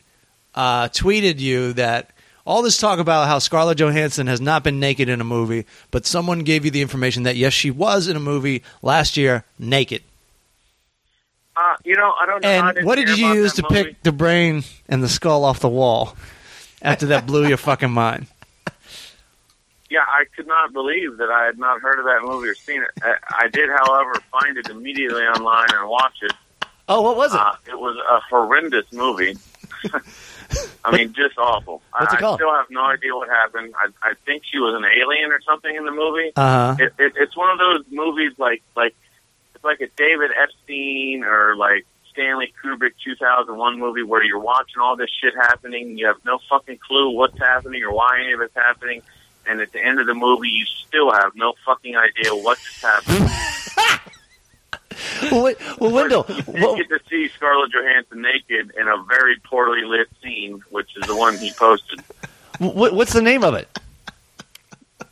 [SPEAKER 2] uh, tweeted you that all this talk about how Scarlett Johansson has not been naked in a movie, but someone gave you the information that yes, she was in a movie last year naked.
[SPEAKER 5] Uh, you know, I don't know. I
[SPEAKER 2] And
[SPEAKER 5] didn't
[SPEAKER 2] what did
[SPEAKER 5] care
[SPEAKER 2] you
[SPEAKER 5] about
[SPEAKER 2] use to
[SPEAKER 5] that movie.
[SPEAKER 2] pick the brain and the skull off the wall after that blew your fucking mind?
[SPEAKER 5] Yeah, I could not believe that I had not heard of that movie or seen it. I, I did, however, find it immediately online and watch it.
[SPEAKER 4] Oh, what was it?
[SPEAKER 5] Uh, it was a horrendous movie. I mean, just awful.
[SPEAKER 4] What's it
[SPEAKER 5] I,
[SPEAKER 4] called?
[SPEAKER 5] I still have no idea what happened. I, I think she was an alien or something in the movie.
[SPEAKER 2] Uh huh.
[SPEAKER 5] it, it, it's one of those movies like like it's like a David Epstein or like Stanley Kubrick 2001 movie where you're watching all this shit happening, you have no fucking clue what's happening or why any of it's happening, and at the end of the movie you still have no fucking idea what's happening.
[SPEAKER 4] well, wait, well, Wendell,
[SPEAKER 5] You
[SPEAKER 4] what,
[SPEAKER 5] get to see Scarlett Johansson naked in a very poorly lit scene, which is the one he posted.
[SPEAKER 4] what, what's the name of it?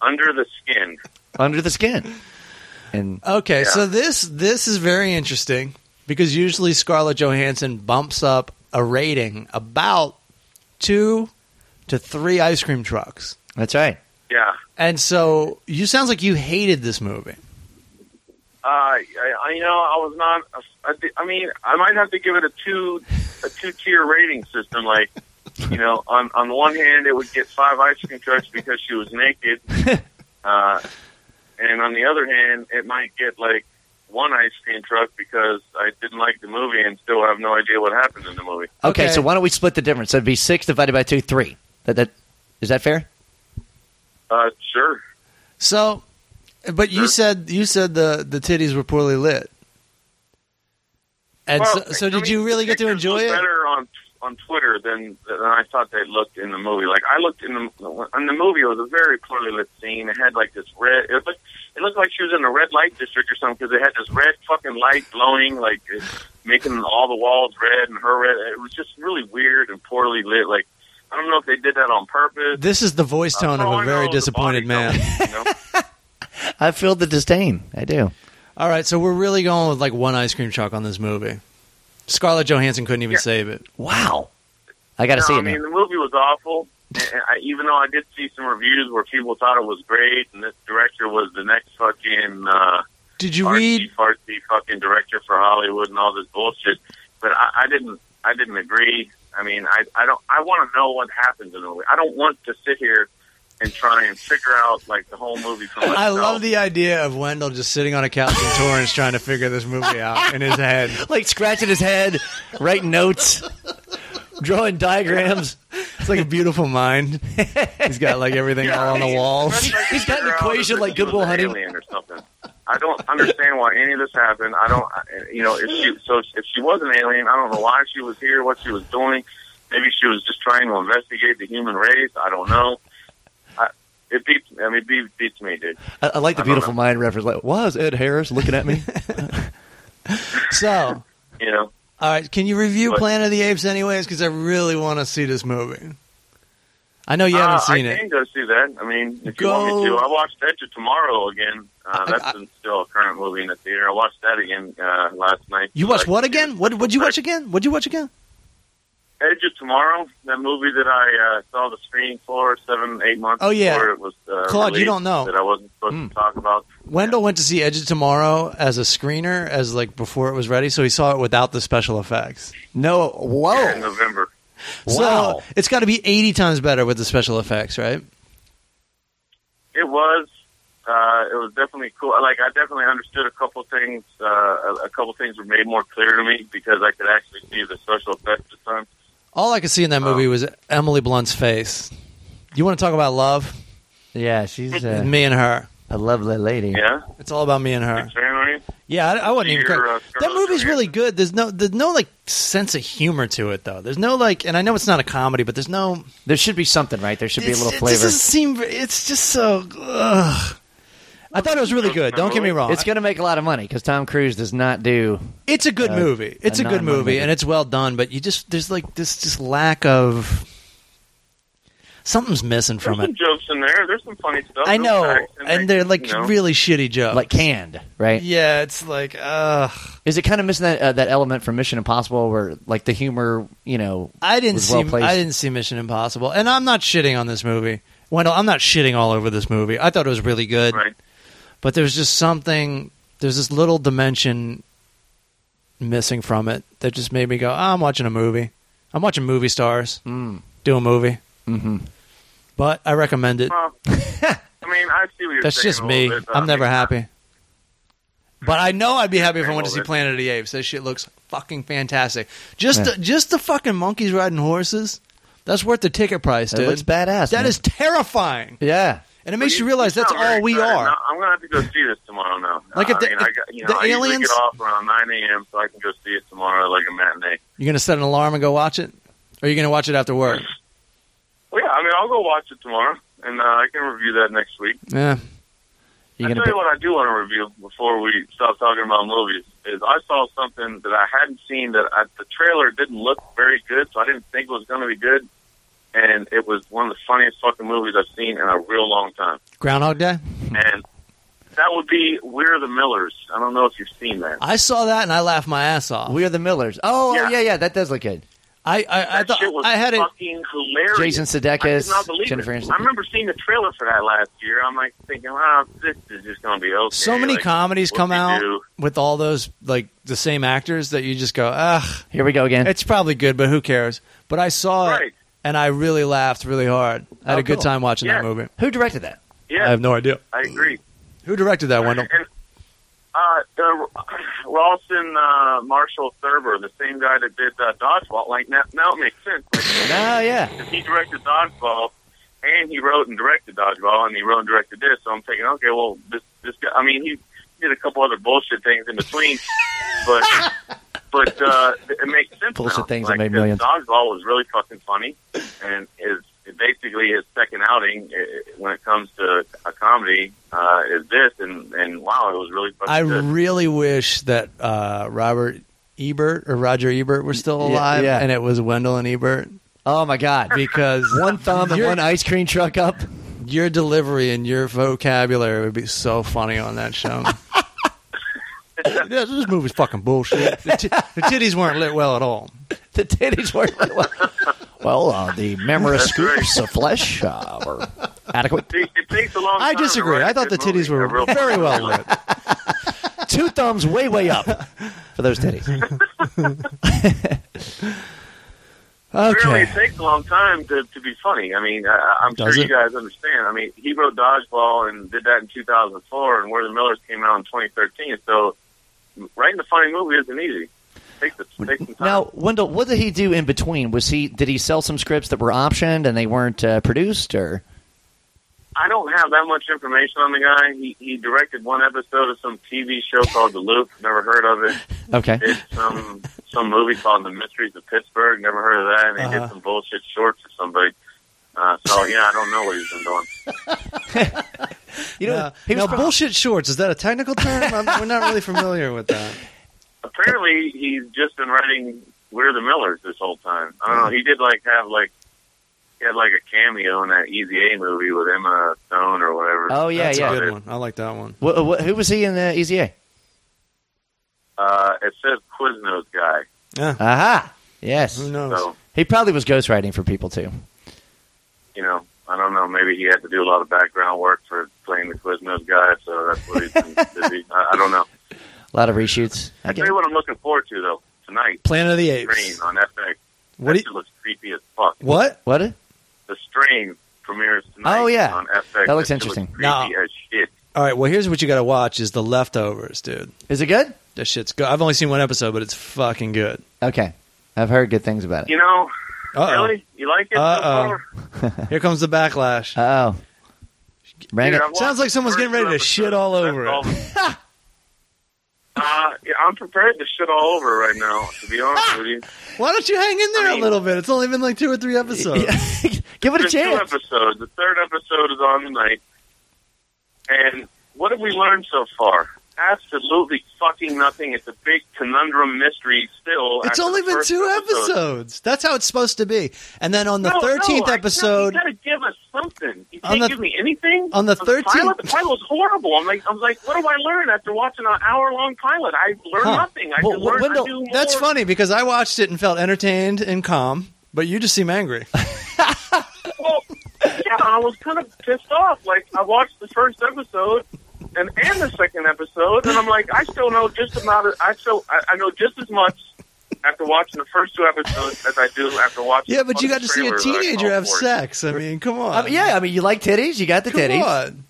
[SPEAKER 5] Under the skin.
[SPEAKER 4] Under the skin. And
[SPEAKER 2] Okay,
[SPEAKER 5] Yeah.
[SPEAKER 2] so this this is very interesting because usually Scarlett Johansson bumps up a rating about two to three ice cream trucks,
[SPEAKER 4] that's right.
[SPEAKER 5] Yeah.
[SPEAKER 2] and so you sounds like you hated this movie.
[SPEAKER 5] Uh, I, I, you know, I was not. I, thi- I mean, I might have to give it a two, a two-tier rating system. Like, you know, on on the one hand, it would get five ice cream trucks because she was naked, uh, and on the other hand, it might get like one ice cream truck because I didn't like the movie and still have no idea what happened in the movie.
[SPEAKER 3] Okay.
[SPEAKER 4] Okay, so why don't we split the difference? So it'd be six divided by two, three. That that is that fair?
[SPEAKER 5] Uh, sure.
[SPEAKER 2] So, but you
[SPEAKER 5] Sure.
[SPEAKER 2] said you said the the titties were poorly lit. And
[SPEAKER 5] Well,
[SPEAKER 2] so, so
[SPEAKER 5] I
[SPEAKER 2] did
[SPEAKER 5] mean,
[SPEAKER 2] you really
[SPEAKER 5] the
[SPEAKER 2] get to
[SPEAKER 5] pictures
[SPEAKER 2] enjoy
[SPEAKER 5] look
[SPEAKER 2] it?
[SPEAKER 5] Better on on Twitter than than I thought they looked in the movie. Like I looked in the in the movie, it was a very poorly lit scene. It had like this red. It looked it looked like she was in a red light district or something because they had this red fucking light glowing, like it- making all the walls red and her red. It was just really weird and poorly lit. Like I don't know if they did that on purpose.
[SPEAKER 2] This is the voice
[SPEAKER 5] Uh,
[SPEAKER 2] tone
[SPEAKER 5] for all
[SPEAKER 2] of
[SPEAKER 5] I
[SPEAKER 2] a
[SPEAKER 5] know,
[SPEAKER 2] very
[SPEAKER 5] it was a body
[SPEAKER 2] disappointed man.
[SPEAKER 5] double, you know?
[SPEAKER 3] I feel the disdain. I do.
[SPEAKER 2] All right, so we're really going with like one ice cream truck on this movie. Scarlett Johansson couldn't even
[SPEAKER 5] Yeah.
[SPEAKER 2] save it.
[SPEAKER 3] Wow. I got to
[SPEAKER 5] No,
[SPEAKER 3] see
[SPEAKER 5] I
[SPEAKER 3] it now.
[SPEAKER 5] mean, the movie was awful. And I, even though I did see some reviews where people thought it was great, and this director was the next fucking uh,
[SPEAKER 2] Did you read?
[SPEAKER 5] artsy, fartsy fucking director for Hollywood and all this bullshit, but I, I didn't. I didn't agree. I mean, I I don't. I want to know what happens in the movie. I don't want to sit here and try and figure out like the whole movie. For myself.
[SPEAKER 2] I love the idea of Wendell just sitting on a couch in Torrance trying to figure this movie out in his head.
[SPEAKER 3] like scratching his head, writing notes, drawing diagrams.
[SPEAKER 2] It's like a beautiful mind. He's got like everything all on the walls.
[SPEAKER 5] He's
[SPEAKER 3] got an equation like Good Will Hunting.
[SPEAKER 5] Alien or something. I don't understand why any of this happened. I don't, I- you know, if she so if she was an alien, I don't know why she was here, what she was doing. Maybe she was just trying to investigate the human race. I don't know. I, it beats. I mean, it beats, beats me, dude.
[SPEAKER 3] I, I like the
[SPEAKER 5] I don't
[SPEAKER 3] beautiful
[SPEAKER 5] know.
[SPEAKER 3] mind reference. Like, why is Ed Harris looking at me?
[SPEAKER 2] So,
[SPEAKER 5] You know.
[SPEAKER 2] all right, can you review
[SPEAKER 5] But-
[SPEAKER 2] Planet of the Apes anyways? Because I really want to see this movie. I know you
[SPEAKER 5] uh,
[SPEAKER 2] haven't seen
[SPEAKER 5] I
[SPEAKER 2] it.
[SPEAKER 5] can go see that. I mean, if
[SPEAKER 2] Go-
[SPEAKER 5] you want me to, I watched Edge of Tomorrow again. Uh,
[SPEAKER 2] I-
[SPEAKER 5] that's
[SPEAKER 2] I-
[SPEAKER 5] still a current movie in the theater. I watched that again uh, last night.
[SPEAKER 2] You watched
[SPEAKER 5] Like,
[SPEAKER 2] what again? What would you watch again? What'd you watch again?
[SPEAKER 5] Edge of Tomorrow, that movie that I uh, saw the screening for seven, eight months.
[SPEAKER 2] Oh, yeah.
[SPEAKER 5] before it was uh,
[SPEAKER 2] Claude, you
[SPEAKER 5] released
[SPEAKER 2] don't know. Hmm.
[SPEAKER 5] that I wasn't supposed to talk about.
[SPEAKER 2] Wendell went to see Edge of Tomorrow as a screener, as like before it was ready, so he saw it without the special effects.
[SPEAKER 3] no, whoa.
[SPEAKER 5] in November.
[SPEAKER 3] Wow.
[SPEAKER 2] So it's got to be 80 times better with the special effects, right?
[SPEAKER 5] It was. Uh, it was definitely cool. Like I definitely understood a couple things. Uh, a, a couple things were made more clear to me because I could actually see the special effects this time.
[SPEAKER 2] All I could see in that movie was Emily Blunt's face. You want to talk about love?
[SPEAKER 3] Yeah, she's a,
[SPEAKER 2] Me and her.
[SPEAKER 3] a lovely lady.
[SPEAKER 5] Yeah,
[SPEAKER 2] It's all about me and her.
[SPEAKER 5] Family?
[SPEAKER 2] Yeah, I, I wouldn't even.
[SPEAKER 5] Dear, uh,
[SPEAKER 2] that
[SPEAKER 5] Scarlett
[SPEAKER 2] movie's really
[SPEAKER 5] Johansson.
[SPEAKER 2] good. There's no, there's no like sense of humor to it though. There's no like, and I know it's not a comedy, but there's no.
[SPEAKER 3] There should be something, right? There should be a
[SPEAKER 2] it's-
[SPEAKER 3] little
[SPEAKER 2] it
[SPEAKER 3] flavor.
[SPEAKER 2] doesn't seem. It's just so. Ugh. I thought it was really good. Don't get me wrong.
[SPEAKER 3] It's going to make a lot of money because Tom Cruise does not do.
[SPEAKER 2] It's a good
[SPEAKER 3] Uh,
[SPEAKER 2] movie. It's
[SPEAKER 3] a
[SPEAKER 2] a, good
[SPEAKER 3] non-money
[SPEAKER 2] movie,
[SPEAKER 3] movie.
[SPEAKER 2] and it's well done. But you just there's like this just lack of something's missing
[SPEAKER 5] There's
[SPEAKER 2] from
[SPEAKER 5] some
[SPEAKER 2] it.
[SPEAKER 5] jokes in there. There's some funny stuff.
[SPEAKER 2] I
[SPEAKER 5] Those
[SPEAKER 2] know,
[SPEAKER 5] Oh, facts,
[SPEAKER 2] and they're like
[SPEAKER 5] you know.
[SPEAKER 2] really shitty jokes.
[SPEAKER 3] Like canned, right?
[SPEAKER 2] Oh. yeah, it's like ugh.
[SPEAKER 3] Is it kind of missing that uh, that element from Mission Impossible, where like the humor, you know?
[SPEAKER 2] I didn't
[SPEAKER 3] was
[SPEAKER 2] see
[SPEAKER 3] well-placed?
[SPEAKER 2] I didn't see Mission Impossible, and I'm not shitting on this movie. Wendell, I'm not shitting all over this movie. I thought it was really good,
[SPEAKER 5] right.
[SPEAKER 2] but there's just something. There's this little dimension missing from it that just made me go, oh, "I'm watching a movie. I'm watching movie stars
[SPEAKER 3] Mm.
[SPEAKER 2] do a movie."
[SPEAKER 3] Mm-hmm.
[SPEAKER 2] But I recommend it.
[SPEAKER 5] Well, I mean, I see what you're
[SPEAKER 2] That's
[SPEAKER 5] saying
[SPEAKER 2] just
[SPEAKER 5] a
[SPEAKER 2] me.
[SPEAKER 5] little bit, but I
[SPEAKER 2] I'm never
[SPEAKER 5] mean,
[SPEAKER 2] happy. But I know I'd be happy if I
[SPEAKER 5] Saying
[SPEAKER 2] went to
[SPEAKER 5] all
[SPEAKER 2] see
[SPEAKER 5] this.
[SPEAKER 2] Planet of the Apes. That shit looks fucking fantastic. Just the, just the fucking monkeys riding horses. That's worth the ticket price,
[SPEAKER 3] That
[SPEAKER 2] dude.
[SPEAKER 3] looks badass.
[SPEAKER 2] That
[SPEAKER 3] man.
[SPEAKER 2] is terrifying,
[SPEAKER 3] yeah.
[SPEAKER 2] and it makes you,
[SPEAKER 5] you
[SPEAKER 2] realize that's
[SPEAKER 5] sound very
[SPEAKER 2] all we
[SPEAKER 5] excited.
[SPEAKER 2] are.
[SPEAKER 5] No, I'm gonna have to go see this tomorrow now.
[SPEAKER 2] Like, if
[SPEAKER 5] I
[SPEAKER 2] the-
[SPEAKER 5] mean,
[SPEAKER 2] if
[SPEAKER 5] I got, you know,
[SPEAKER 2] the
[SPEAKER 5] I usually
[SPEAKER 2] aliens-
[SPEAKER 5] get off around 9 a.m. so I can go see it tomorrow, like a matinee.
[SPEAKER 2] You're gonna set an alarm and go watch it, or you're gonna watch it after work.
[SPEAKER 5] Well, yeah, I mean, I'll go watch it tomorrow, and uh, I can review that next week.
[SPEAKER 2] Yeah,
[SPEAKER 3] You're
[SPEAKER 5] I
[SPEAKER 3] gonna
[SPEAKER 5] tell
[SPEAKER 3] put-
[SPEAKER 5] you what, I do want to review before we stop talking about movies. Is I saw something that I hadn't seen that I, the trailer didn't look very good, so I didn't think it was going to be good, and it was one of the funniest fucking movies I've seen in a real long time.
[SPEAKER 2] Groundhog Day.
[SPEAKER 5] and that would be We're the Millers. I don't know if you've seen that.
[SPEAKER 2] I saw that and I laughed my ass off.
[SPEAKER 3] We are the Millers. Oh,
[SPEAKER 5] Yeah.
[SPEAKER 3] yeah, yeah, that does look good.
[SPEAKER 2] I I, I
[SPEAKER 5] That
[SPEAKER 2] thought
[SPEAKER 5] shit was
[SPEAKER 2] I had it.
[SPEAKER 5] fucking hilarious.
[SPEAKER 3] Jason Sudeikis,
[SPEAKER 5] I could not believe
[SPEAKER 3] Jennifer
[SPEAKER 5] it.
[SPEAKER 3] Aniston.
[SPEAKER 5] I remember seeing the trailer for that last year. I'm like thinking, oh, this is just going to be okay.
[SPEAKER 2] So many
[SPEAKER 5] Like,
[SPEAKER 2] comedies
[SPEAKER 5] what
[SPEAKER 2] come
[SPEAKER 5] they
[SPEAKER 2] out
[SPEAKER 5] do.
[SPEAKER 2] with all those like the same actors that you just go, ugh,
[SPEAKER 3] Here we go again.
[SPEAKER 2] it's probably good, but who cares? But I saw it
[SPEAKER 5] Right.
[SPEAKER 2] and I really laughed really hard. I had
[SPEAKER 3] Oh,
[SPEAKER 2] a good
[SPEAKER 3] cool.
[SPEAKER 2] time watching
[SPEAKER 5] Yeah.
[SPEAKER 2] that movie.
[SPEAKER 3] Who directed that?
[SPEAKER 2] I
[SPEAKER 5] Yeah,
[SPEAKER 2] have no idea
[SPEAKER 5] I agree.
[SPEAKER 2] who directed that, Wendell.
[SPEAKER 5] And, uh, the, Ralston uh, Marshall Thurber, the same guy that did uh, Dodgeball, like now, now it makes sense. Like,
[SPEAKER 3] Oh yeah.
[SPEAKER 5] if he directed Dodgeball, and he wrote and directed Dodgeball, and he wrote and directed this, so I'm thinking, okay, well, this this guy. I mean, he did a couple other bullshit things in between, but but uh, it makes sense.
[SPEAKER 3] Bullshit
[SPEAKER 5] now.
[SPEAKER 3] things that
[SPEAKER 5] like,
[SPEAKER 3] made
[SPEAKER 5] the
[SPEAKER 3] millions.
[SPEAKER 5] Dodgeball was really fucking funny, and is basically his second outing uh, when it comes to a comedy uh, is this, and and wow, it was really fucking
[SPEAKER 2] I
[SPEAKER 5] good.
[SPEAKER 2] really wish that uh, Robert Ebert or Roger Ebert were still
[SPEAKER 3] Yeah,
[SPEAKER 2] alive,
[SPEAKER 3] yeah.
[SPEAKER 2] and it was Wendell and Ebert
[SPEAKER 3] Oh my God.
[SPEAKER 2] because
[SPEAKER 3] One thumb and
[SPEAKER 2] your,
[SPEAKER 3] one ice cream truck up.
[SPEAKER 2] your delivery and your vocabulary would be so funny on that show. Yeah, this movie's fucking bullshit. The, t- the titties weren't lit well at all.
[SPEAKER 3] The titties weren't. Well, uh, the membranous scoops of flesh uh, were adequate.
[SPEAKER 5] It- it takes a long
[SPEAKER 2] I
[SPEAKER 5] time to
[SPEAKER 2] disagree.
[SPEAKER 5] write a
[SPEAKER 2] I thought the
[SPEAKER 5] good
[SPEAKER 2] titties
[SPEAKER 5] movie, a
[SPEAKER 2] were
[SPEAKER 5] real
[SPEAKER 2] very
[SPEAKER 5] fucking
[SPEAKER 2] well
[SPEAKER 5] movie.
[SPEAKER 2] lit.
[SPEAKER 3] Two thumbs way, way up for those titties.
[SPEAKER 5] Really,
[SPEAKER 2] Okay.
[SPEAKER 5] it takes a long time to, to be funny. I mean, I, I'm
[SPEAKER 2] Does
[SPEAKER 5] sure
[SPEAKER 2] it?
[SPEAKER 5] you guys understand. I mean, he wrote Dodgeball and did that in 2004, and Where the Millers came out in 2013. So writing a funny movie isn't easy. Takes, a, takes some time.
[SPEAKER 3] Now, Wendell, what did he do in between? Was he did he sell some scripts that were optioned and they weren't uh, produced, or
[SPEAKER 5] I don't have that much information on the guy. He, he directed one episode of some TV show called The Loop. Never heard of it.
[SPEAKER 3] okay?
[SPEAKER 5] Did some some movie called The Mysteries of Pittsburgh. Never heard of that. And he
[SPEAKER 2] Uh-huh.
[SPEAKER 5] did some bullshit shorts for somebody. Uh, so yeah, I don't know what he's been doing.
[SPEAKER 3] You know,
[SPEAKER 2] now,
[SPEAKER 3] he was
[SPEAKER 2] now
[SPEAKER 3] from-
[SPEAKER 2] bullshit shorts is that a technical term? I'm, we're not really familiar with that.
[SPEAKER 5] apparently he's just been writing We're the Millers this whole time. I don't know. He did like have like he had like a cameo in that Easy A movie with Emma Stone or whatever.
[SPEAKER 3] Oh yeah,
[SPEAKER 2] That's
[SPEAKER 3] yeah.
[SPEAKER 2] a good one. I like that one.
[SPEAKER 3] Wh- wh- who was he in the E EZA?
[SPEAKER 5] Uh, it says Quiznos guy.
[SPEAKER 2] Yeah.
[SPEAKER 3] Aha! Yes,
[SPEAKER 2] Who knows?
[SPEAKER 5] So
[SPEAKER 3] he probably was ghostwriting for people too.
[SPEAKER 5] you know, I don't know. Maybe he had to do a lot of background work for playing the Quiznos guy. So that's what he's been busy. I, I don't know.
[SPEAKER 3] A lot of reshoots.
[SPEAKER 5] I tell you what, I'm looking forward to though tonight.
[SPEAKER 2] Planet of the
[SPEAKER 5] Strain
[SPEAKER 2] Apes.
[SPEAKER 5] on FX.
[SPEAKER 2] What?
[SPEAKER 5] that
[SPEAKER 2] Do you,
[SPEAKER 5] shit looks creepy as fuck.
[SPEAKER 2] what?
[SPEAKER 3] What?
[SPEAKER 5] The Strain premieres tonight.
[SPEAKER 3] Oh, yeah.
[SPEAKER 5] on FX.
[SPEAKER 3] That looks
[SPEAKER 5] shit
[SPEAKER 3] interesting.
[SPEAKER 5] Creepy
[SPEAKER 2] Now-
[SPEAKER 5] as shit.
[SPEAKER 2] All right. Well, here's what you got to watch: is the leftovers, dude.
[SPEAKER 3] Is it good?
[SPEAKER 2] That shit's good. I've only seen one episode, but it's fucking good.
[SPEAKER 3] Okay, I've heard good things about it.
[SPEAKER 5] You know,
[SPEAKER 2] Uh
[SPEAKER 5] Really? You like it? so
[SPEAKER 2] Uh-oh.
[SPEAKER 5] far?
[SPEAKER 2] oh. Here comes the backlash.
[SPEAKER 3] Oh, bring
[SPEAKER 5] Dude,
[SPEAKER 3] it.
[SPEAKER 5] I've
[SPEAKER 2] Sounds
[SPEAKER 5] watched
[SPEAKER 2] like someone's
[SPEAKER 5] the
[SPEAKER 2] getting
[SPEAKER 5] first
[SPEAKER 2] ready to
[SPEAKER 5] two
[SPEAKER 2] shit all
[SPEAKER 5] episodes.
[SPEAKER 2] over
[SPEAKER 5] That's all. Uh, yeah, I'm prepared to shit all over right now, to be honest with you.
[SPEAKER 2] Why don't you hang in there
[SPEAKER 5] I
[SPEAKER 2] a
[SPEAKER 5] mean-
[SPEAKER 2] little bit? It's only been like two or three episodes.
[SPEAKER 3] Give it a
[SPEAKER 5] There's two
[SPEAKER 3] chance.
[SPEAKER 5] episodes. The third episode is on tonight. And what have we learned so far? Absolutely fucking nothing. It's a big conundrum mystery still.
[SPEAKER 2] It's
[SPEAKER 5] after
[SPEAKER 2] only
[SPEAKER 5] the
[SPEAKER 2] been
[SPEAKER 5] first
[SPEAKER 2] two
[SPEAKER 5] episode.
[SPEAKER 2] episodes. That's how it's supposed to be. And then on the
[SPEAKER 5] No, no,
[SPEAKER 2] thirteenth
[SPEAKER 5] I- no,
[SPEAKER 2] episode,
[SPEAKER 5] you gotta give us something. You
[SPEAKER 2] On
[SPEAKER 5] can't
[SPEAKER 2] the-
[SPEAKER 5] give me anything.
[SPEAKER 2] on the
[SPEAKER 5] pilot-
[SPEAKER 2] 13th
[SPEAKER 5] the pilot was horrible. I'm like, I'm like, what do I learn after watching an hour long pilot? I learned
[SPEAKER 2] Huh.
[SPEAKER 5] nothing. I
[SPEAKER 3] Well,
[SPEAKER 5] could learn.
[SPEAKER 3] Wendell,
[SPEAKER 5] I knew
[SPEAKER 2] that's
[SPEAKER 5] more.
[SPEAKER 2] funny because I watched it and felt entertained and calm, but you just seem angry.
[SPEAKER 5] Well, Oh, yeah, I was kind of pissed off. Like, I watched the first episode and and the second episode, and I'm like, I still know just about. I still I, I know just as much. After watching the first two episodes, as I do after watching,
[SPEAKER 2] yeah,
[SPEAKER 5] the
[SPEAKER 2] but you got to
[SPEAKER 5] fucking
[SPEAKER 2] see a
[SPEAKER 5] trailer that I
[SPEAKER 2] teenager
[SPEAKER 5] called
[SPEAKER 2] have
[SPEAKER 5] for it.
[SPEAKER 2] sex. I mean, come on.
[SPEAKER 3] I mean, yeah, I mean, you like titties. You got the
[SPEAKER 2] come
[SPEAKER 3] titties.
[SPEAKER 2] on.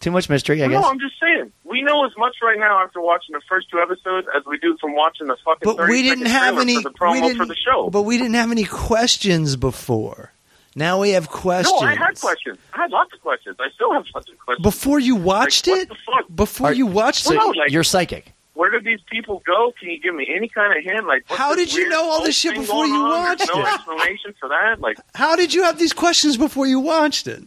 [SPEAKER 3] Too much mystery, I guess.
[SPEAKER 5] No, I'm just saying. We know as much right now after watching the first two episodes as we do from watching the fucking.
[SPEAKER 2] But
[SPEAKER 5] 30
[SPEAKER 2] we didn't
[SPEAKER 5] second
[SPEAKER 2] have
[SPEAKER 5] trailer
[SPEAKER 2] any.
[SPEAKER 5] for the promo
[SPEAKER 2] we didn't,
[SPEAKER 5] for the show.
[SPEAKER 2] But we didn't have any questions before. Now we have questions.
[SPEAKER 5] No, I had questions. I had lots of questions. I still have lots of questions.
[SPEAKER 2] Before you watched
[SPEAKER 5] Like,
[SPEAKER 2] it.
[SPEAKER 5] What the fuck?
[SPEAKER 2] Before
[SPEAKER 3] Are-
[SPEAKER 2] you watched
[SPEAKER 5] Well,
[SPEAKER 2] it,
[SPEAKER 5] no, like,
[SPEAKER 3] You're psychic.
[SPEAKER 5] where did these people go? Can you give me any kind of hint? Like, what's
[SPEAKER 2] How
[SPEAKER 5] this
[SPEAKER 2] did you
[SPEAKER 5] weird
[SPEAKER 2] know all
[SPEAKER 5] cult
[SPEAKER 2] this shit
[SPEAKER 5] thing
[SPEAKER 2] before
[SPEAKER 5] going
[SPEAKER 2] you
[SPEAKER 5] on? There's
[SPEAKER 2] watched
[SPEAKER 5] no
[SPEAKER 2] it?
[SPEAKER 5] explanation for that. Like,
[SPEAKER 2] how did you have these questions before you watched it?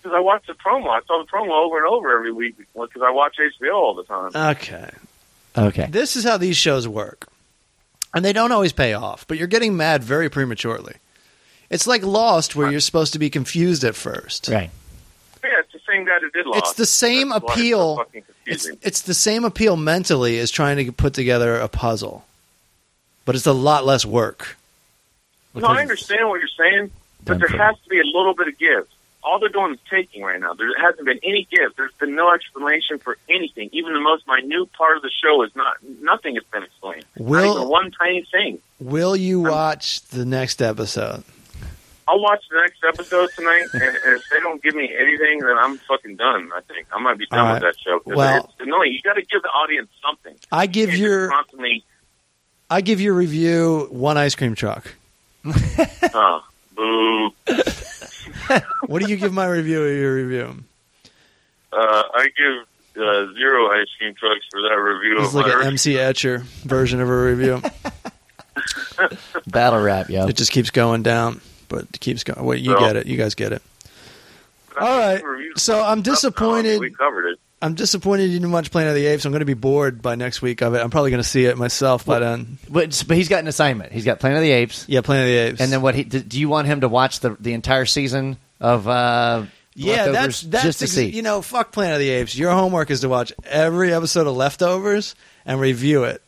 [SPEAKER 5] because I watched the promo. I saw the promo over and over every week because I watch HBO all the time.
[SPEAKER 2] Uh, Okay.
[SPEAKER 3] Okay.
[SPEAKER 2] This is how these shows work. And they don't always pay off, but you're getting mad very prematurely. It's like Lost, where you're supposed to be confused at first.
[SPEAKER 3] Right.
[SPEAKER 5] yeah, it's the same guy that did Lost.
[SPEAKER 2] It's the same
[SPEAKER 5] That's why it's so
[SPEAKER 2] appeal.
[SPEAKER 5] fucking
[SPEAKER 2] It's,
[SPEAKER 5] confusing.
[SPEAKER 2] it's the same appeal mentally as trying to put together a puzzle, but it's a lot less work.
[SPEAKER 5] No, I
[SPEAKER 3] Because-
[SPEAKER 5] understand what you're saying, but
[SPEAKER 3] Done
[SPEAKER 5] there
[SPEAKER 3] for.
[SPEAKER 5] has to be a little bit of give. All they're doing is taking right now. There hasn't been any give. There's been no explanation for anything. Even the most minute part of the show is not. Nothing has been explained.
[SPEAKER 2] Will-
[SPEAKER 5] not even one tiny thing.
[SPEAKER 2] Will you watch the next episode?
[SPEAKER 5] I'll watch the next episode tonight, and, and if they don't give me anything, then I'm fucking done. I think I might be done
[SPEAKER 2] All
[SPEAKER 5] with
[SPEAKER 2] right.
[SPEAKER 5] that show. 'cause
[SPEAKER 2] Well-
[SPEAKER 5] it's annoying. You got to give the audience something.
[SPEAKER 2] I give
[SPEAKER 5] You can't just
[SPEAKER 2] your
[SPEAKER 5] constantly.
[SPEAKER 2] I give your review one ice cream truck.
[SPEAKER 5] Uh, boo.
[SPEAKER 2] What do you give my review of your review?
[SPEAKER 5] Uh, I give uh, zero ice cream trucks for that review.
[SPEAKER 2] It's
[SPEAKER 5] of
[SPEAKER 2] like
[SPEAKER 5] my
[SPEAKER 2] an MC Etcher version of a review.
[SPEAKER 3] Battle rap, yo.
[SPEAKER 2] It just keeps going down, but it keeps going. Wait, you
[SPEAKER 5] Well.
[SPEAKER 2] get it. You guys get it.
[SPEAKER 5] I
[SPEAKER 2] All
[SPEAKER 5] think
[SPEAKER 2] right.
[SPEAKER 5] the reviews
[SPEAKER 2] So I'm
[SPEAKER 5] were up, though. I mean,
[SPEAKER 2] disappointed.
[SPEAKER 5] We covered it.
[SPEAKER 2] I'm disappointed you didn't watch Planet of the Apes. I'm going to be bored by next week of it. I'm probably going to see it myself by then.
[SPEAKER 4] But, but he's got an assignment. He's got Planet of the Apes.
[SPEAKER 2] Yeah, Planet of the Apes.
[SPEAKER 4] And then what? He, do, do you want him to watch the the entire season of? Uh,
[SPEAKER 2] yeah, that's
[SPEAKER 4] Leftovers
[SPEAKER 2] that's
[SPEAKER 4] just to
[SPEAKER 2] ex-
[SPEAKER 4] see.
[SPEAKER 2] you know, fuck Planet of the Apes. Your homework is to watch every episode of Leftovers and review it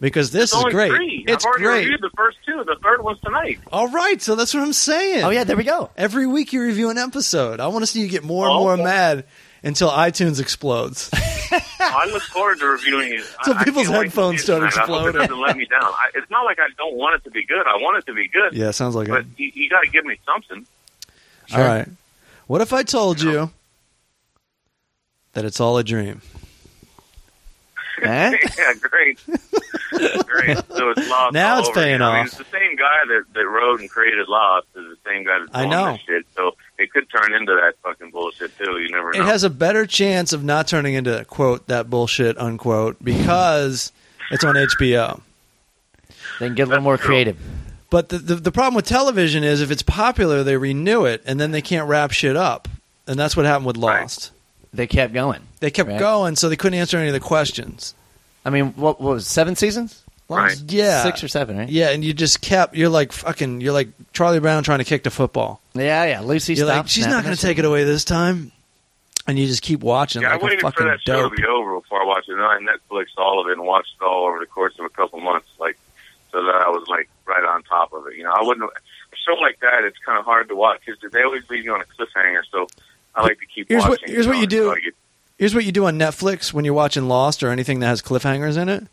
[SPEAKER 2] because this
[SPEAKER 5] It's
[SPEAKER 2] is
[SPEAKER 5] only
[SPEAKER 2] great.
[SPEAKER 5] three.
[SPEAKER 2] It's
[SPEAKER 5] I've already
[SPEAKER 2] great.
[SPEAKER 5] reviewed the first two. The third one's tonight.
[SPEAKER 2] All right, so that's what I'm saying.
[SPEAKER 4] oh yeah, there we go.
[SPEAKER 2] Every week you review an episode. I want to see you get more and
[SPEAKER 5] Oh,
[SPEAKER 2] more
[SPEAKER 5] okay.
[SPEAKER 2] mad until iTunes explodes.
[SPEAKER 5] I look forward to reviewing it.
[SPEAKER 2] So
[SPEAKER 5] I- I
[SPEAKER 2] people's
[SPEAKER 5] can't wait to
[SPEAKER 2] headphones
[SPEAKER 5] see it
[SPEAKER 2] don't
[SPEAKER 5] tonight. I hope
[SPEAKER 2] explode.
[SPEAKER 5] it doesn't let me down. I, it's not like I don't want it to be good. I want it to be good.
[SPEAKER 2] yeah, sounds like
[SPEAKER 5] But
[SPEAKER 2] it.
[SPEAKER 5] you, you got to give me something.
[SPEAKER 2] All right. What if I told you that it's all a dream?
[SPEAKER 4] Huh?
[SPEAKER 5] yeah, great. great. So it's Lost.
[SPEAKER 2] Now
[SPEAKER 5] all
[SPEAKER 2] it's
[SPEAKER 5] over
[SPEAKER 2] paying
[SPEAKER 5] again. I
[SPEAKER 2] off.
[SPEAKER 5] mean, it's the same guy that, that wrote and created Lost is the same guy that's
[SPEAKER 2] I
[SPEAKER 5] doing
[SPEAKER 2] know.
[SPEAKER 5] this shit. So it could turn into that fucking bullshit, too. You never know.
[SPEAKER 2] It has a better chance of not turning into quote that bullshit unquote because it's on HBO.
[SPEAKER 3] Then get a little more creative.
[SPEAKER 2] But the, the the problem with television is if it's popular, they renew it and then they can't wrap shit up, and that's what happened with
[SPEAKER 5] Right.
[SPEAKER 2] Lost.
[SPEAKER 4] They kept going.
[SPEAKER 2] They kept
[SPEAKER 4] Right.
[SPEAKER 2] going, so they couldn't answer any of the questions.
[SPEAKER 4] I mean, what, what was it, seven seasons?
[SPEAKER 5] Right.
[SPEAKER 2] Yeah.
[SPEAKER 4] six or seven, right?
[SPEAKER 2] Yeah, and you just kept. You're like fucking. You're like Charlie Brown trying to kick the football.
[SPEAKER 4] Yeah, yeah. Lucy
[SPEAKER 2] you're
[SPEAKER 4] stopped.
[SPEAKER 2] like, she's
[SPEAKER 4] snapping
[SPEAKER 2] not going
[SPEAKER 4] and
[SPEAKER 2] to take it away this time. And you just keep watching.
[SPEAKER 5] Yeah,
[SPEAKER 2] like a
[SPEAKER 5] I waited
[SPEAKER 2] fucking
[SPEAKER 5] for that show
[SPEAKER 2] dope.
[SPEAKER 5] to be over before I watched it. And I Netflixed all of it and watched it all over the course of a couple months, like so that I was like right on top of it. You know, I wouldn't a show like that. It's kind of hard to watch because they always leave you on a cliffhanger. So I like to keep.
[SPEAKER 2] Here's what-
[SPEAKER 5] watching,
[SPEAKER 2] here's what
[SPEAKER 5] know,
[SPEAKER 2] you do.
[SPEAKER 5] until I get-
[SPEAKER 2] Here's what you do on Netflix when you're watching Lost or anything that has cliffhangers in it.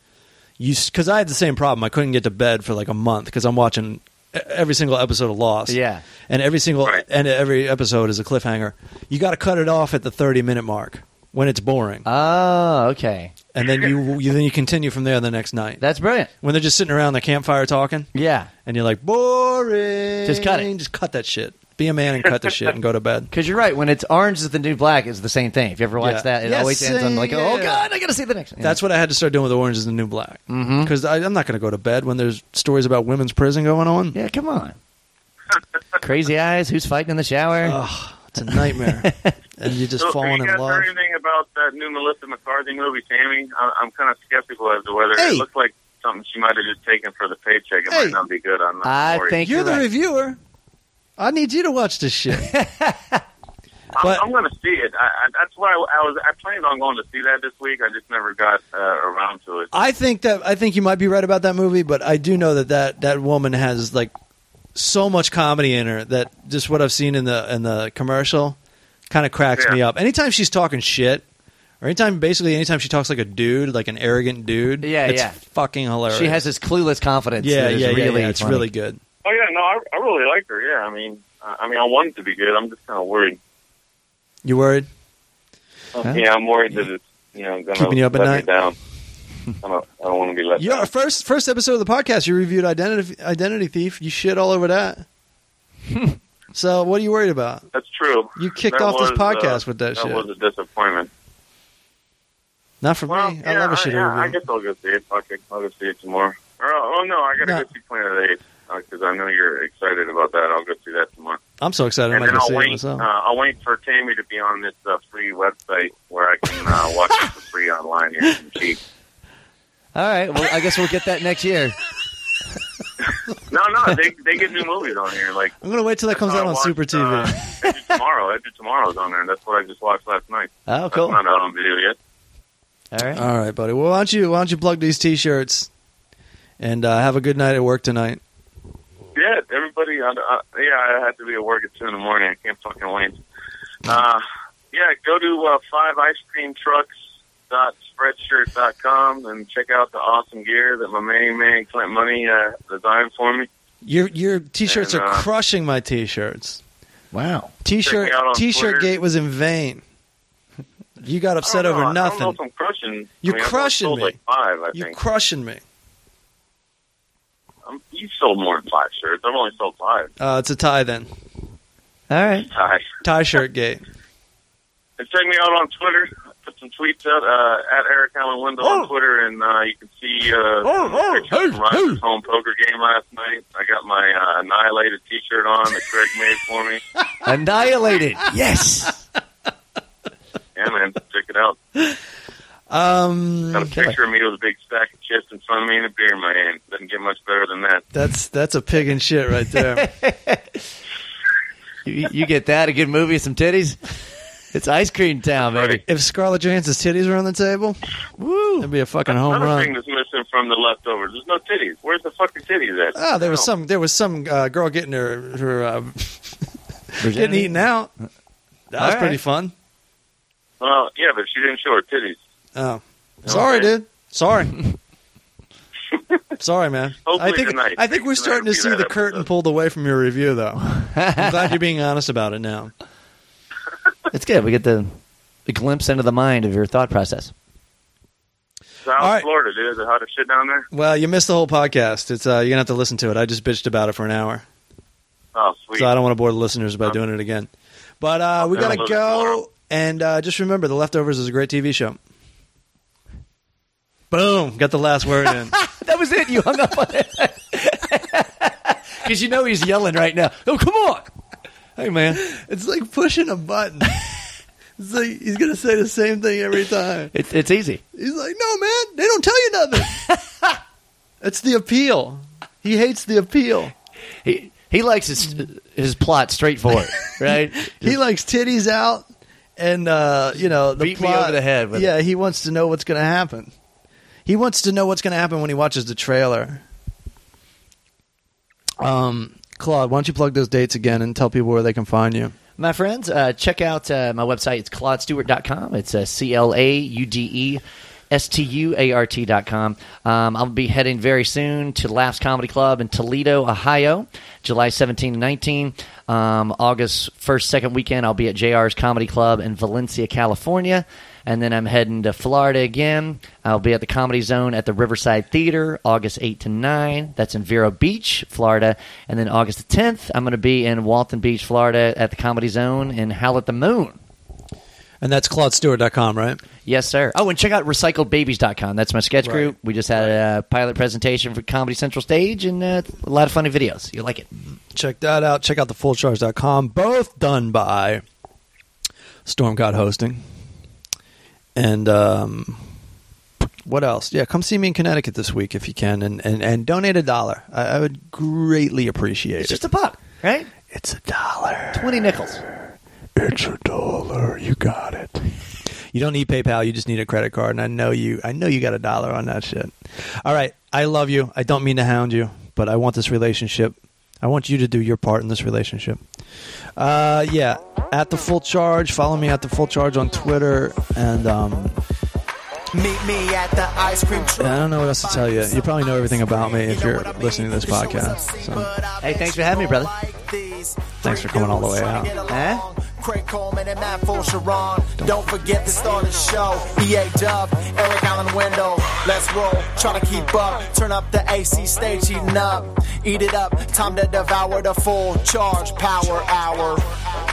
[SPEAKER 2] You because I had the same problem. I couldn't get to bed for like a month because I'm watching e- every single episode of Lost.
[SPEAKER 4] Yeah.
[SPEAKER 2] and every single
[SPEAKER 5] Right.
[SPEAKER 2] and every episode is a cliffhanger. You got to cut it off at the 30 minute mark when it's boring,
[SPEAKER 4] Oh, okay.
[SPEAKER 2] and then you, you then you continue from there the next night.
[SPEAKER 4] That's brilliant.
[SPEAKER 2] when they're just sitting around the campfire talking.
[SPEAKER 4] Yeah,
[SPEAKER 2] and you're like boring.
[SPEAKER 4] Just cut it.
[SPEAKER 2] Just cut that shit. Be a man and cut the shit and go to bed.
[SPEAKER 4] because you're right. When it's orange is the new black, it's the same thing. If you ever watch
[SPEAKER 2] Yeah.
[SPEAKER 4] that, it
[SPEAKER 2] Yeah,
[SPEAKER 4] always ends on
[SPEAKER 2] same,
[SPEAKER 4] like, oh
[SPEAKER 2] yeah.
[SPEAKER 4] god, I got to see the next. one.
[SPEAKER 2] That's what I had to start doing with Orange Is the New Black
[SPEAKER 4] Mm-hmm.
[SPEAKER 2] because mm I'm not going to go to bed when there's stories about women's prison going on.
[SPEAKER 4] yeah. Come on. Crazy eyes. Who's fighting in the shower?
[SPEAKER 2] Ugh, it's a nightmare, and you're just
[SPEAKER 5] So, have
[SPEAKER 2] falling
[SPEAKER 5] you
[SPEAKER 2] in
[SPEAKER 5] guys
[SPEAKER 2] love.
[SPEAKER 5] heard anything about that new Melissa McCarthy movie, Tammy? I, I'm kind of skeptical as to whether
[SPEAKER 2] Hey.
[SPEAKER 5] it looks like something she might have just taken for the paycheck. It
[SPEAKER 2] Hey.
[SPEAKER 5] might not be good. I'm not
[SPEAKER 4] I
[SPEAKER 5] worried.
[SPEAKER 4] think
[SPEAKER 2] You're,
[SPEAKER 4] you're
[SPEAKER 2] the
[SPEAKER 4] right.
[SPEAKER 2] reviewer. I need you to watch this shit.
[SPEAKER 5] I'm,
[SPEAKER 2] But-
[SPEAKER 5] I'm going to see it. I, I, that's why I, I was. I planned on going to see that this week. I just never got uh, around to it.
[SPEAKER 2] I think that I think you might be right about that movie, but I do know that that, that woman has like so much comedy in her that just what I've seen in the in the commercial kind of cracks
[SPEAKER 5] Yeah.
[SPEAKER 2] me up. Anytime she's talking shit, or anytime basically anytime she talks like a dude, like an arrogant dude,
[SPEAKER 4] Yeah,
[SPEAKER 2] it's
[SPEAKER 4] yeah.
[SPEAKER 2] fucking hilarious.
[SPEAKER 4] She has this clueless confidence.
[SPEAKER 2] yeah,
[SPEAKER 4] that is
[SPEAKER 2] yeah, yeah,
[SPEAKER 4] really
[SPEAKER 2] yeah, It's
[SPEAKER 4] funny.
[SPEAKER 2] really good.
[SPEAKER 5] Oh yeah, no, I, I really like her. Yeah, I mean, I, I mean, I want it to be good. I'm just kind of worried.
[SPEAKER 2] You worried?
[SPEAKER 5] Uh, Yeah, I'm worried that it's you know going
[SPEAKER 2] Keeping
[SPEAKER 5] to
[SPEAKER 2] you up at night?
[SPEAKER 5] let
[SPEAKER 2] Hmm.
[SPEAKER 5] me down. I don't, I don't want to be let
[SPEAKER 2] Yeah,
[SPEAKER 5] down.
[SPEAKER 2] first first episode of the podcast, you reviewed Identity Identity Thief. You shit all over that. so what are you worried about?
[SPEAKER 5] That's true.
[SPEAKER 2] You kicked
[SPEAKER 5] That
[SPEAKER 2] off this
[SPEAKER 5] was,
[SPEAKER 2] podcast
[SPEAKER 5] uh,
[SPEAKER 2] with that,
[SPEAKER 5] that
[SPEAKER 2] shit.
[SPEAKER 5] was a disappointment.
[SPEAKER 2] Not for
[SPEAKER 5] Well,
[SPEAKER 2] me.
[SPEAKER 5] yeah,
[SPEAKER 2] I love a shitty
[SPEAKER 5] yeah,
[SPEAKER 2] review.
[SPEAKER 5] I guess I'll go see it. Fuck it, I'll go see it tomorrow. Or, oh no, I got to
[SPEAKER 2] No.
[SPEAKER 5] go see Planet of the Apes because I know you're excited about that. I'll go see that tomorrow.
[SPEAKER 2] I'm so excited. I'm
[SPEAKER 5] and
[SPEAKER 2] not
[SPEAKER 5] then
[SPEAKER 2] going to
[SPEAKER 5] I'll
[SPEAKER 2] see it
[SPEAKER 5] wait. Uh,
[SPEAKER 2] myself.
[SPEAKER 5] I'll wait for Tammy to be on this uh, free website where I can uh, watch it for free online here and cheap.
[SPEAKER 4] All right. Well, I guess we'll get that next year.
[SPEAKER 5] No, no, they they get new movies on here. Like
[SPEAKER 2] I'm gonna wait till that comes out
[SPEAKER 5] I
[SPEAKER 2] on
[SPEAKER 5] watched,
[SPEAKER 2] Super TV.
[SPEAKER 5] Uh, Edge of Tomorrow, Edge of Tomorrow's on there, and that's what I just watched last night.
[SPEAKER 4] Oh,
[SPEAKER 5] That's
[SPEAKER 4] cool.
[SPEAKER 5] not out on video yet.
[SPEAKER 4] All right.
[SPEAKER 2] All right, buddy. Well, why don't you why don't you plug these T-shirts and uh, have a good night at work tonight?
[SPEAKER 5] Yeah, everybody. I, I, yeah, I have to be at work at two in the morning. I can't fucking wait. Uh, yeah, go to uh, five ice cream trucks dot spreadshirt dot com and check out the awesome gear that my main man Clint Money uh, designed for me.
[SPEAKER 2] Your your t-shirts
[SPEAKER 5] And,
[SPEAKER 2] are
[SPEAKER 5] uh,
[SPEAKER 2] crushing my t-shirts.
[SPEAKER 3] Wow.
[SPEAKER 2] T-shirt
[SPEAKER 5] Check me out on
[SPEAKER 2] t-shirt
[SPEAKER 5] Twitter.
[SPEAKER 2] gate was in vain. You got
[SPEAKER 5] I don't
[SPEAKER 2] upset
[SPEAKER 5] know.
[SPEAKER 2] over
[SPEAKER 5] I don't
[SPEAKER 2] nothing.
[SPEAKER 5] know if I'm crushing.
[SPEAKER 2] You're
[SPEAKER 5] I mean, I've only
[SPEAKER 2] crushing
[SPEAKER 5] sold,
[SPEAKER 2] me.
[SPEAKER 5] Like five, I
[SPEAKER 2] You're
[SPEAKER 5] think.
[SPEAKER 2] crushing me.
[SPEAKER 5] I'm, you sold more than five shirts. I've only sold five.
[SPEAKER 2] Uh, it's a tie then.
[SPEAKER 3] All right.
[SPEAKER 5] Hi.
[SPEAKER 2] Tie shirt gate.
[SPEAKER 5] And check me out on Twitter. I Put some tweets out uh, at Eric Allen Wendell
[SPEAKER 2] Oh.
[SPEAKER 5] on Twitter, and uh, you can see uh, some
[SPEAKER 2] oh,
[SPEAKER 5] pictures
[SPEAKER 2] hey,
[SPEAKER 5] from Ryan's
[SPEAKER 2] hey.
[SPEAKER 5] home poker game last night. I got my uh, annihilated T-shirt on that Craig made for me.
[SPEAKER 4] Annihilated.
[SPEAKER 3] Yes.
[SPEAKER 5] Yeah, man, check it out.
[SPEAKER 2] Um,
[SPEAKER 5] Got a picture of me with a big stack of chips in front of me and a beer in my hand. Doesn't get much better than that.
[SPEAKER 2] that's that's a pig and shit right there.
[SPEAKER 4] You, you get that, a good movie, some titties. It's ice cream town, baby.
[SPEAKER 2] if Scarlett Johansson's titties were on the table,
[SPEAKER 4] Woo.
[SPEAKER 2] that'd be a fucking home
[SPEAKER 5] Another
[SPEAKER 2] run.
[SPEAKER 5] thing that's missing from the leftovers. There's no titties. Where's the fucking titties at?
[SPEAKER 2] Oh, there was
[SPEAKER 5] No.
[SPEAKER 2] some there was some uh, girl getting her her uh, getting eaten out. That
[SPEAKER 4] All
[SPEAKER 2] was
[SPEAKER 4] right.
[SPEAKER 2] pretty fun.
[SPEAKER 5] Well, yeah, but she didn't show her titties.
[SPEAKER 2] Oh, sorry,
[SPEAKER 5] Okay.
[SPEAKER 2] dude. Sorry. Sorry, man.
[SPEAKER 5] Hopefully
[SPEAKER 2] I think
[SPEAKER 5] tonight.
[SPEAKER 2] I think we're
[SPEAKER 5] Tonight
[SPEAKER 2] starting
[SPEAKER 5] will
[SPEAKER 2] to
[SPEAKER 5] be
[SPEAKER 2] see
[SPEAKER 5] that
[SPEAKER 2] the curtain
[SPEAKER 5] episode.
[SPEAKER 2] pulled away from your review, though. I'm glad you're being honest about it now.
[SPEAKER 3] It's good. We get the,
[SPEAKER 4] A glimpse into the mind of your thought process.
[SPEAKER 5] South
[SPEAKER 2] All right.
[SPEAKER 5] Florida, dude. Is it hot as shit down there?
[SPEAKER 2] Well, you missed the whole podcast. It's uh, you're gonna have to listen to it. I just bitched about it for an hour,
[SPEAKER 5] Oh, sweet.
[SPEAKER 2] so I don't want to bore the listeners by doing it again. But uh, we
[SPEAKER 5] Okay.
[SPEAKER 2] gotta
[SPEAKER 5] I'll listen
[SPEAKER 2] go,
[SPEAKER 5] tomorrow.
[SPEAKER 2] and uh, just remember, The Leftovers is a great TV show. Boom! Got the last word in.
[SPEAKER 4] That was it. You hung up on it. Because you know he's yelling right now. Oh, come on.
[SPEAKER 2] Hey man, it's like pushing a button. It's like he's gonna say the same thing every time.
[SPEAKER 4] It's, it's easy.
[SPEAKER 2] He's like, no man, they don't tell you nothing. it's the appeal. He hates the appeal.
[SPEAKER 4] He, he likes his, his plot straightforward, right?
[SPEAKER 2] He likes titties out, and uh, you know the
[SPEAKER 4] Beat me
[SPEAKER 2] plot.
[SPEAKER 4] over the head with
[SPEAKER 2] yeah, he wants to know what's gonna happen. He wants to know what's gonna happen when he watches the trailer. Um, Claude, why don't you plug those dates again and tell people where they can find you?
[SPEAKER 3] my friends, uh, check out uh, my website. It's claudestewart.com. It's uh, C L A U D E S T U A R T.com. Um, I'll be heading very soon to Laughs Comedy Club in Toledo, Ohio, July 17 and 19. Um, August 1st, second weekend, I'll be at JR's Comedy Club in Valencia, California. And then I'm heading to Florida again. I'll be at the Comedy Zone at the Riverside Theater August 8 to 9. That's in Vero Beach, Florida. And then August the 10th, I'm going to be in Walton Beach, Florida at the Comedy Zone in Howl at the Moon.
[SPEAKER 2] And that's claudestewart.com, right?
[SPEAKER 3] Yes, sir. Oh, and check out recycledbabies.com. That's my sketch
[SPEAKER 2] Right.
[SPEAKER 3] group. We just had a uh, pilot presentation for Comedy Central Stage and uh, a lot of funny videos. You'll like it.
[SPEAKER 2] Check that out. Check out the fullcharge.com. Both done by Storm God Hosting. And um, what else? Yeah, come see me in Connecticut this week if you can and, and, and donate a dollar. I, I would greatly appreciate
[SPEAKER 3] It's
[SPEAKER 2] it.
[SPEAKER 3] just a buck, right?
[SPEAKER 2] it's a dollar.
[SPEAKER 3] 20 nickels.
[SPEAKER 2] It's a dollar. You got it. You don't need PayPal. You just need a credit card. And I know you. I know you got a dollar on that shit. All right. I love you. I don't mean to hound you, but I want this relationship. I want you to do your part in this relationship. Uh, yeah. At the full charge. Follow me at the full charge on Twitter. And um,
[SPEAKER 1] Meet me at the ice cream truck.
[SPEAKER 2] I don't know what else to tell you. You probably know everything about me if you're listening to this podcast. So.
[SPEAKER 1] Hey, thanks for having me, brother.
[SPEAKER 2] Thanks for coming all the way out.
[SPEAKER 1] Huh? Craig Coleman and Matt Fulcheron. Don't forget to start the show. EA Dub, Eric Allen Window. Let's roll. Try to keep up. Turn up the AC stage, heating up. Eat it up. Time to devour the full charge power hour.